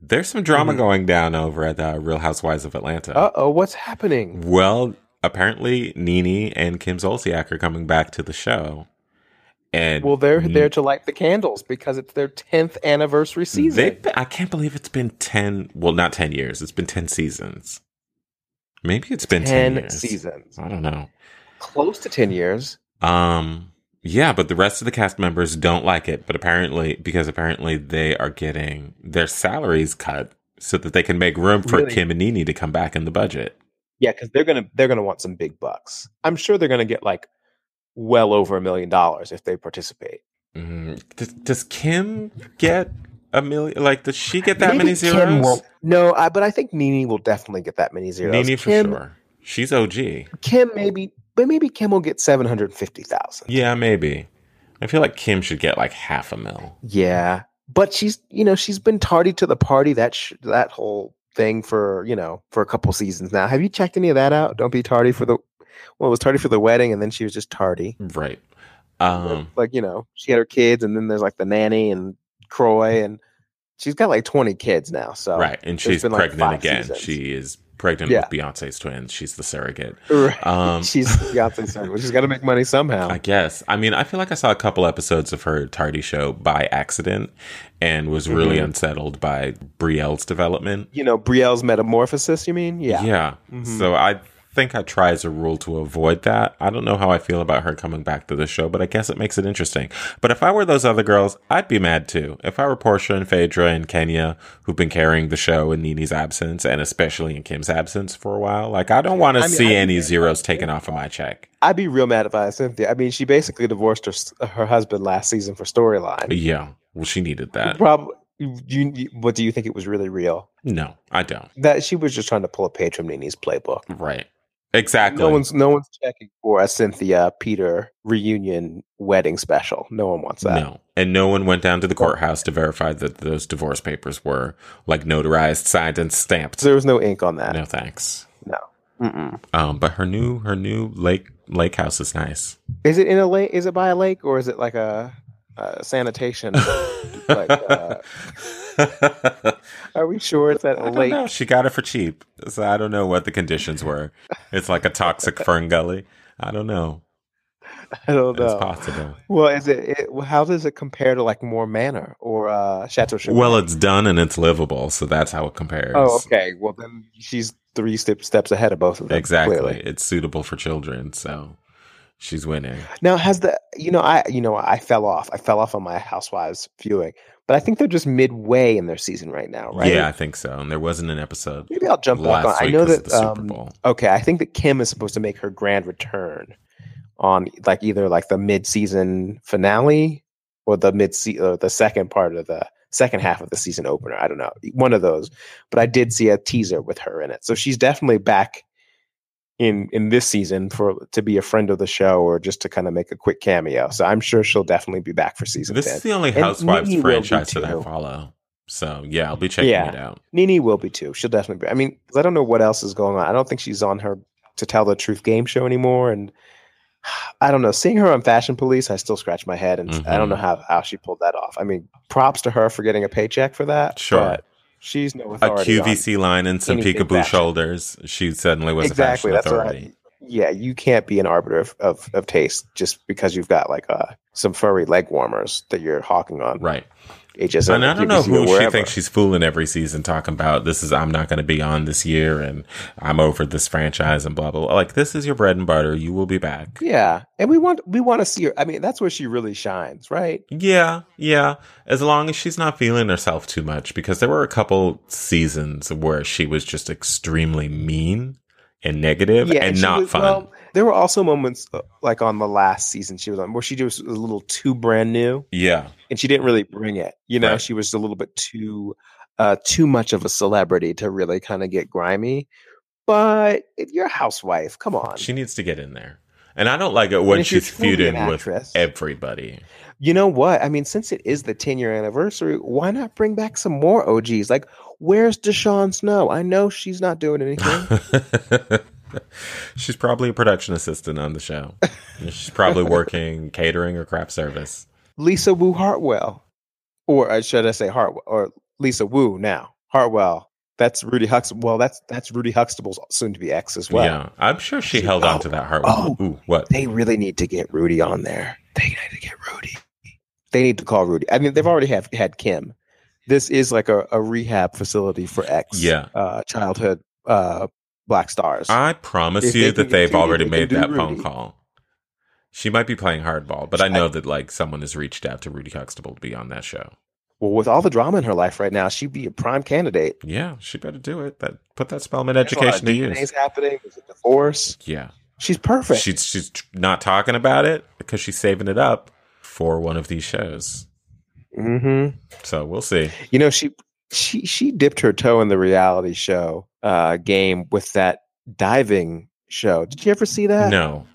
[SPEAKER 1] there's some drama
[SPEAKER 2] Mhm.
[SPEAKER 1] going down over at the Real Housewives of Atlanta.
[SPEAKER 2] uh-oh what's happening
[SPEAKER 1] Well, apparently Nene and Kim Zolciak are coming back to the show, and
[SPEAKER 2] well they're
[SPEAKER 1] n-
[SPEAKER 2] there to light the candles because it's their 10th anniversary season
[SPEAKER 1] They've been, I can't believe it's been 10, well, not 10 years. It's been 10 seasons. Maybe it's been 10,
[SPEAKER 2] 10
[SPEAKER 1] years.
[SPEAKER 2] seasons
[SPEAKER 1] I don't know.
[SPEAKER 2] close to 10 years
[SPEAKER 1] Um, yeah, but the rest of the cast members don't like it, but apparently, because apparently they are getting their salaries cut so that they can make room for
[SPEAKER 2] Really?
[SPEAKER 1] Kim and Nene to come back in the budget.
[SPEAKER 2] Yeah, because they're gonna they're gonna want some big bucks. I'm sure they're gonna get like well over a million dollars if they participate.
[SPEAKER 1] Mm, does, does Kim get a million? Like, does she get that many zeros?
[SPEAKER 2] No, I, but I think Nene will definitely get that many zeros.
[SPEAKER 1] Nene for
[SPEAKER 2] Kim,
[SPEAKER 1] sure. She's OG.
[SPEAKER 2] Kim maybe, but maybe Kim will get seven hundred fifty thousand.
[SPEAKER 1] Yeah, maybe. I feel like Kim should get like half a mil.
[SPEAKER 2] Yeah, but she's you know she's been tardy to the party that sh- that whole thing for you know for a couple seasons now. Have you checked any of that out? Don't be tardy for the well, it was tardy for the wedding, and then she was just tardy.
[SPEAKER 1] Right.
[SPEAKER 2] Like-
[SPEAKER 1] Um,
[SPEAKER 2] like you know she had her kids and then there's like the nanny and croy and she's got like 20 kids now so
[SPEAKER 1] right. And
[SPEAKER 2] there's
[SPEAKER 1] she's
[SPEAKER 2] been, like,
[SPEAKER 1] pregnant
[SPEAKER 2] five
[SPEAKER 1] again.
[SPEAKER 2] seasons.
[SPEAKER 1] She is pregnant
[SPEAKER 2] Yeah.
[SPEAKER 1] with Beyonce's twins. She's the surrogate.
[SPEAKER 2] Right.
[SPEAKER 1] Um,
[SPEAKER 2] she's Beyonce's son she's got to make money somehow
[SPEAKER 1] I guess. I mean, I feel like I saw a couple episodes of her tardy show by accident and was really
[SPEAKER 2] Mhm.
[SPEAKER 1] unsettled by Brielle's development.
[SPEAKER 2] you know brielle's metamorphosis you mean yeah,
[SPEAKER 1] Yeah.
[SPEAKER 2] Mhm.
[SPEAKER 1] So I think I try as a rule to avoid that. I don't know how I feel about her coming back to the show, but I guess it makes it interesting. But if I were those other girls, I'd be mad too. If I were Portia and Phaedra and Kenya, who've been carrying the show in Nene's absence and especially in Kim's absence for a while, like I don't want to
[SPEAKER 2] I mean, I'd
[SPEAKER 1] see
[SPEAKER 2] be
[SPEAKER 1] any
[SPEAKER 2] mad if I
[SPEAKER 1] zeros
[SPEAKER 2] was
[SPEAKER 1] taken
[SPEAKER 2] Cynthia.
[SPEAKER 1] off of my check.
[SPEAKER 2] i'd be real mad if i was cynthia i mean she basically divorced her s- her husband last season for storyline
[SPEAKER 1] Yeah. Well, she needed that.
[SPEAKER 2] Probably. You, you, what do you think it was really real?
[SPEAKER 1] No, I don't.
[SPEAKER 2] That she was just trying to pull a page from Nini's playbook.
[SPEAKER 1] Right. Exactly.
[SPEAKER 2] No one's no one's checking for a Cynthia Peter reunion wedding special. No one wants that.
[SPEAKER 1] No. And no one went down to the courthouse to verify that those divorce papers were like notarized, signed, and stamped.
[SPEAKER 2] There was no ink on that.
[SPEAKER 1] No thanks.
[SPEAKER 2] No. Mm-mm.
[SPEAKER 1] Um, but her new her new lake lake house is nice.
[SPEAKER 2] Is it in a lake? Is it by a lake or is it like a, a sanitation? like, uh, are we sure it's at
[SPEAKER 1] I
[SPEAKER 2] a
[SPEAKER 1] don't
[SPEAKER 2] lake?
[SPEAKER 1] know. She got it for cheap, so I don't know what the conditions were. It's like a toxic fern gully. I don't know.
[SPEAKER 2] I don't know.
[SPEAKER 1] It's possible.
[SPEAKER 2] Well, is it, it? well, How does it compare to like Moore Manor or uh, Chateau Chiron?
[SPEAKER 1] Well, it's done and it's livable, so that's how it compares.
[SPEAKER 2] oh, okay. Well, then she's three step, steps ahead of both of them.
[SPEAKER 1] exactly.
[SPEAKER 2] clearly.
[SPEAKER 1] It's suitable for children, so she's winning.
[SPEAKER 2] Now, has the you know I you know I fell off. I fell off on my Housewives viewing, but I think they're just midway in their season right now, right?
[SPEAKER 1] Yeah, I think so. And there wasn't an episode
[SPEAKER 2] Maybe I'll jump back on.
[SPEAKER 1] last
[SPEAKER 2] I
[SPEAKER 1] week
[SPEAKER 2] know
[SPEAKER 1] 'cause of
[SPEAKER 2] that
[SPEAKER 1] the Super
[SPEAKER 2] um,
[SPEAKER 1] Bowl.
[SPEAKER 2] Okay, I think that Kim is supposed to make her grand return on like either like the mid-season finale or the mid or the second part of the second half of the season opener. I don't know, one of those. But I did see a teaser with her in it, so she's definitely back in in this season for to be a friend of the show or just to kind of make a quick cameo. So I'm sure she'll definitely be back for season
[SPEAKER 1] This
[SPEAKER 2] ten.
[SPEAKER 1] is the only
[SPEAKER 2] And
[SPEAKER 1] Housewives
[SPEAKER 2] Nene will be
[SPEAKER 1] franchise that I
[SPEAKER 2] too.
[SPEAKER 1] follow. So yeah, I'll be checking
[SPEAKER 2] Yeah.
[SPEAKER 1] it out.
[SPEAKER 2] Nini will be too. She'll definitely be. I mean, 'cause I don't know what else is going on. I don't think she's on her to tell the truth game show anymore. And I don't know. Seeing her on Fashion Police, I still scratch my head, and I
[SPEAKER 1] Mm-hmm.
[SPEAKER 2] don't know how, how she pulled that off. I mean, props to her for getting a paycheck for that.
[SPEAKER 1] Sure.
[SPEAKER 2] but she's no
[SPEAKER 1] A
[SPEAKER 2] authority. on-
[SPEAKER 1] QVC line and some
[SPEAKER 2] anything
[SPEAKER 1] peekaboo
[SPEAKER 2] fashion.
[SPEAKER 1] shoulders. She suddenly was
[SPEAKER 2] exactly.
[SPEAKER 1] a
[SPEAKER 2] That's
[SPEAKER 1] fashion
[SPEAKER 2] what I-
[SPEAKER 1] authority.
[SPEAKER 2] yeah, you can't be an arbiter of, of, of taste just because you've got like uh, some furry leg warmers that you're hawking on.
[SPEAKER 1] Right.
[SPEAKER 2] HSN,
[SPEAKER 1] And I don't know
[SPEAKER 2] QVC, or
[SPEAKER 1] who she
[SPEAKER 2] wherever.
[SPEAKER 1] thinks she's fooling every season, talking about this is I'm not going to be on this year and I'm over this franchise and blah blah. blah. Like this is your bread and butter. You will be back.
[SPEAKER 2] Yeah, and we want we want to see her. I mean, that's where she really shines, right?
[SPEAKER 1] Yeah, yeah. As long as she's not feeling herself too much, because there were a couple seasons where she was just extremely mean and negative and,
[SPEAKER 2] she
[SPEAKER 1] not
[SPEAKER 2] was-
[SPEAKER 1] fun.
[SPEAKER 2] well, there were also moments uh, like on the last season she was on where she just was a little too brand new
[SPEAKER 1] yeah,
[SPEAKER 2] and she didn't really bring it. You know,
[SPEAKER 1] Right.
[SPEAKER 2] she was a little bit too uh too much of a celebrity to really kind of get grimy. But if you're a housewife, come on.
[SPEAKER 1] she needs to get in there. And I don't like it
[SPEAKER 2] And
[SPEAKER 1] when
[SPEAKER 2] if you're
[SPEAKER 1] she's
[SPEAKER 2] truly an
[SPEAKER 1] feuding with
[SPEAKER 2] actress-
[SPEAKER 1] everybody.
[SPEAKER 2] you know what? I mean, since it is the 10 year anniversary, why not bring back some more OGs? Like, where's Deshaun Snow? I know she's not doing anything.
[SPEAKER 1] she's probably a production assistant on the show. She's probably working catering or craft service.
[SPEAKER 2] Lisa Wu Hartwell, or uh, should I say Hartwell or Lisa Wu now Hartwell? That's Rudy Huxtable. Well, that's that's Rudy Huxtable's soon-to-be ex as well.
[SPEAKER 1] yeah, I'm sure she
[SPEAKER 2] She-
[SPEAKER 1] held on
[SPEAKER 2] oh,
[SPEAKER 1] to that Hartwell.
[SPEAKER 2] oh,
[SPEAKER 1] Ooh, what?
[SPEAKER 2] They really need to get Rudy on there. They need to get Rudy. They need to call Rudy. I mean, they've already have had Kim. This is like a, a rehab facility for ex
[SPEAKER 1] Yeah.
[SPEAKER 2] uh, childhood uh, black stars.
[SPEAKER 1] I promise
[SPEAKER 2] If they
[SPEAKER 1] you
[SPEAKER 2] can
[SPEAKER 1] that
[SPEAKER 2] get
[SPEAKER 1] they've
[SPEAKER 2] Judy,
[SPEAKER 1] already
[SPEAKER 2] they can
[SPEAKER 1] made
[SPEAKER 2] do
[SPEAKER 1] that phone
[SPEAKER 2] Rudy.
[SPEAKER 1] call. She might be playing hardball, but I
[SPEAKER 2] I-
[SPEAKER 1] know that like someone has reached out to Rudy Huxtable to be on that show.
[SPEAKER 2] well, with all the drama in her life right now, she'd be a prime candidate.
[SPEAKER 1] Yeah, she better do it. That put that Spellman
[SPEAKER 2] There's a lot of
[SPEAKER 1] education to
[SPEAKER 2] DNAs
[SPEAKER 1] use.
[SPEAKER 2] happening. There's a divorce.
[SPEAKER 1] Yeah,
[SPEAKER 2] She's perfect.
[SPEAKER 1] she's she's tr- not talking about it because she's saving it up for one of these shows.
[SPEAKER 2] mm-hmm.
[SPEAKER 1] So we'll see.
[SPEAKER 2] You know, she she she dipped her toe in the reality show uh game with that diving show. Did you ever see that?
[SPEAKER 1] No,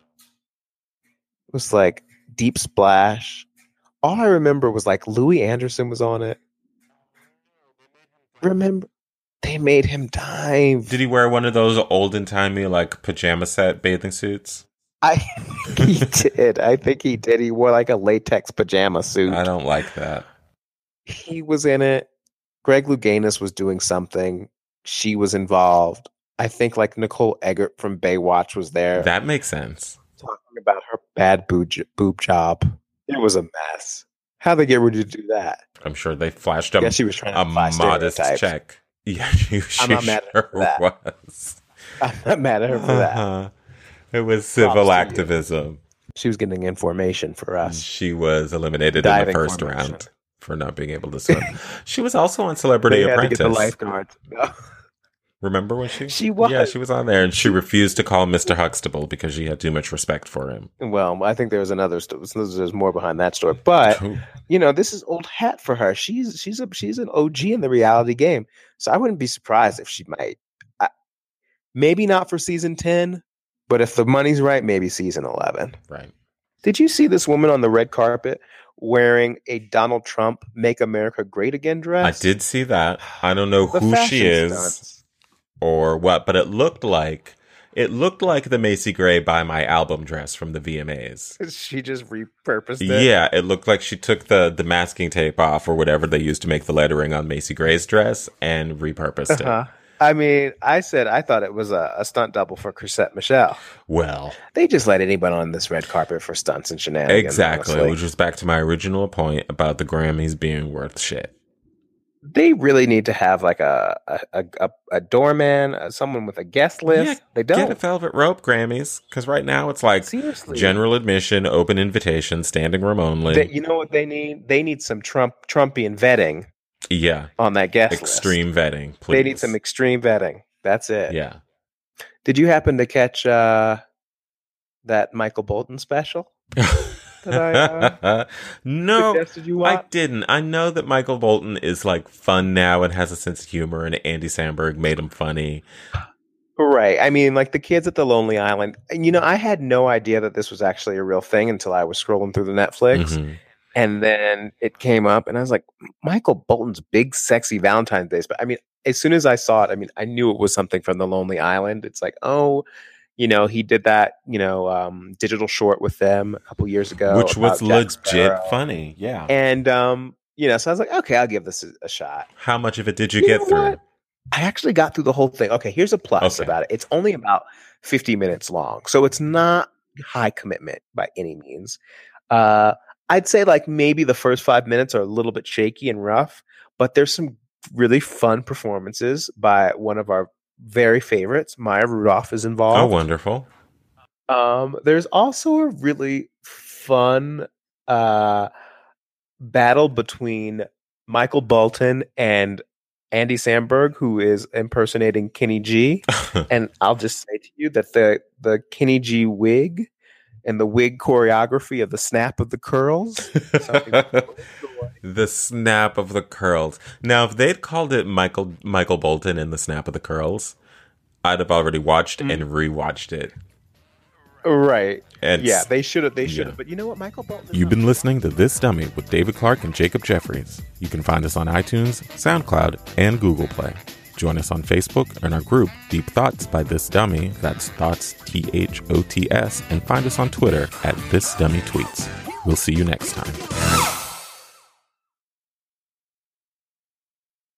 [SPEAKER 2] It was like Deep Splash. All I remember was like Louis Anderson was on it. Remember they made him dive.
[SPEAKER 1] did he wear one of those olden timey like pajama set bathing suits?
[SPEAKER 2] I think he did. I think he did. He wore like a latex pajama suit.
[SPEAKER 1] I don't like that.
[SPEAKER 2] he was in it. Greg Louganis was doing something. She was involved. I think like Nicole Eggert from Baywatch was there.
[SPEAKER 1] That makes sense.
[SPEAKER 2] talking about her bad boob, j- boob job. It was a mess. How they get ready to do that?
[SPEAKER 1] I'm sure they flashed
[SPEAKER 2] I
[SPEAKER 1] him
[SPEAKER 2] guess she was trying to
[SPEAKER 1] a
[SPEAKER 2] apply
[SPEAKER 1] modest
[SPEAKER 2] stereotypes.
[SPEAKER 1] check. Yeah, she, she
[SPEAKER 2] I'm not mad
[SPEAKER 1] sure
[SPEAKER 2] at that.
[SPEAKER 1] was.
[SPEAKER 2] I'm not mad at her for that.
[SPEAKER 1] Uh-huh. It was civil
[SPEAKER 2] Props to you.
[SPEAKER 1] activism.
[SPEAKER 2] She was getting information for us.
[SPEAKER 1] She was eliminated in the
[SPEAKER 2] Diving
[SPEAKER 1] first
[SPEAKER 2] formation.
[SPEAKER 1] round for not being able to swim. she was also on Celebrity
[SPEAKER 2] They had to
[SPEAKER 1] Apprentice.
[SPEAKER 2] get the lifeguards.
[SPEAKER 1] Remember when she?
[SPEAKER 2] She was.
[SPEAKER 1] Yeah, she was on there, and she refused to call Mister Huxtable because she had too much respect for him.
[SPEAKER 2] Well, I think there was another. St- there's more behind that story, but
[SPEAKER 1] True.
[SPEAKER 2] you know, this is old hat for her. She's she's a she's an OG in the reality game, so I wouldn't be surprised if she might. I, maybe not for season ten, but if the money's right, maybe season eleven.
[SPEAKER 1] right.
[SPEAKER 2] Did you see this woman on the red carpet wearing a Donald Trump "Make America Great Again"
[SPEAKER 1] I
[SPEAKER 2] dress?
[SPEAKER 1] did see that. I don't know
[SPEAKER 2] The
[SPEAKER 1] who she
[SPEAKER 2] fashion
[SPEAKER 1] is
[SPEAKER 2] stunts.
[SPEAKER 1] or what, but it looked like it looked like the Macy Gray by my album dress from the VMAs.
[SPEAKER 2] She just repurposed it.
[SPEAKER 1] Yeah, it looked like she took the the masking tape off or whatever they used to make the lettering on Macy Gray's dress and repurposed it.
[SPEAKER 2] Uh-huh. I mean, I said I thought it was a, a stunt double for Chrisette Michelle.
[SPEAKER 1] Well,
[SPEAKER 2] They just let anyone on this red carpet for stunts and shenanigans.
[SPEAKER 1] exactly,
[SPEAKER 2] honestly.
[SPEAKER 1] which was back to my original point about the Grammys being worth shit.
[SPEAKER 2] They really need to have like a a, a, a, a doorman, uh, someone with a guest list.
[SPEAKER 1] Yeah,
[SPEAKER 2] they
[SPEAKER 1] Get a
[SPEAKER 2] don't.
[SPEAKER 1] velvet rope, Grammys, because right now it's like
[SPEAKER 2] Seriously.
[SPEAKER 1] general admission, open invitation, standing room only.
[SPEAKER 2] They- you know what they need? They need some Trump Trumpian vetting
[SPEAKER 1] yeah,
[SPEAKER 2] on that guest list.
[SPEAKER 1] extreme vetting. Please.
[SPEAKER 2] They need some extreme vetting. That's it.
[SPEAKER 1] yeah.
[SPEAKER 2] Did you happen to catch uh, that Michael Bolton special that I uh,
[SPEAKER 1] no,
[SPEAKER 2] suggested you
[SPEAKER 1] I
[SPEAKER 2] watch?
[SPEAKER 1] didn't. I know that Michael Bolton is like fun now and has a sense of humor, and Andy Samberg made him funny.
[SPEAKER 2] Right. I mean, like the kids at the Lonely Island. And, you know, I had no idea that this was actually a real thing until I was scrolling through the Netflix.
[SPEAKER 1] Mhm.
[SPEAKER 2] And then it came up, and I was like, Michael Bolton's big, sexy Valentine's Day. But I mean, as soon as I saw it, I mean, I knew it was something from the Lonely Island. It's like, oh, you know, he did that, you know, um, digital short with them a couple years ago,
[SPEAKER 1] Which was
[SPEAKER 2] about Jack
[SPEAKER 1] legit
[SPEAKER 2] Sparrow.
[SPEAKER 1] funny. Yeah.
[SPEAKER 2] And, um, you know, so I was like, okay, I'll give this a- a shot.
[SPEAKER 1] How much of it did you,
[SPEAKER 2] You
[SPEAKER 1] get
[SPEAKER 2] know
[SPEAKER 1] through?
[SPEAKER 2] what? I actually got through the whole thing. Okay, here's a plus
[SPEAKER 1] Okay.
[SPEAKER 2] about it. It's only about 50 minutes long. So it's not high commitment by any means. Uh, I'd say like maybe the first five minutes are a little bit shaky and rough, but there's some really fun performances by one of our very favorites. Maya Rudolph is
[SPEAKER 1] Oh,
[SPEAKER 2] involved.
[SPEAKER 1] wonderful.
[SPEAKER 2] Um, there's also a really fun uh, battle between Michael Bolton and Andy Samberg, who is impersonating Kenny G. and I'll just say to you that the the Kenny G wig and the wig choreography of the snap of the curls.
[SPEAKER 1] the snap of the curls. Now, if they'd called it Michael Michael Bolton and the snap of the curls, I'd have already watched
[SPEAKER 2] Mm.
[SPEAKER 1] and rewatched it.
[SPEAKER 2] right.
[SPEAKER 1] And
[SPEAKER 2] yeah, they should have. They should have.
[SPEAKER 1] yeah.
[SPEAKER 2] But you know what, Michael Bolton. is
[SPEAKER 1] You've
[SPEAKER 2] not
[SPEAKER 1] been
[SPEAKER 2] wrong.
[SPEAKER 1] listening to This Dummy with David Clark and Jacob Jeffries. You can find us on iTunes, SoundCloud, and Google Play. Join us on Facebook and our group, Deep Thoughts by This Dummy. That's Thoughts, T H O T S. And find us on Twitter at This Dummy Tweets. We'll see you next time.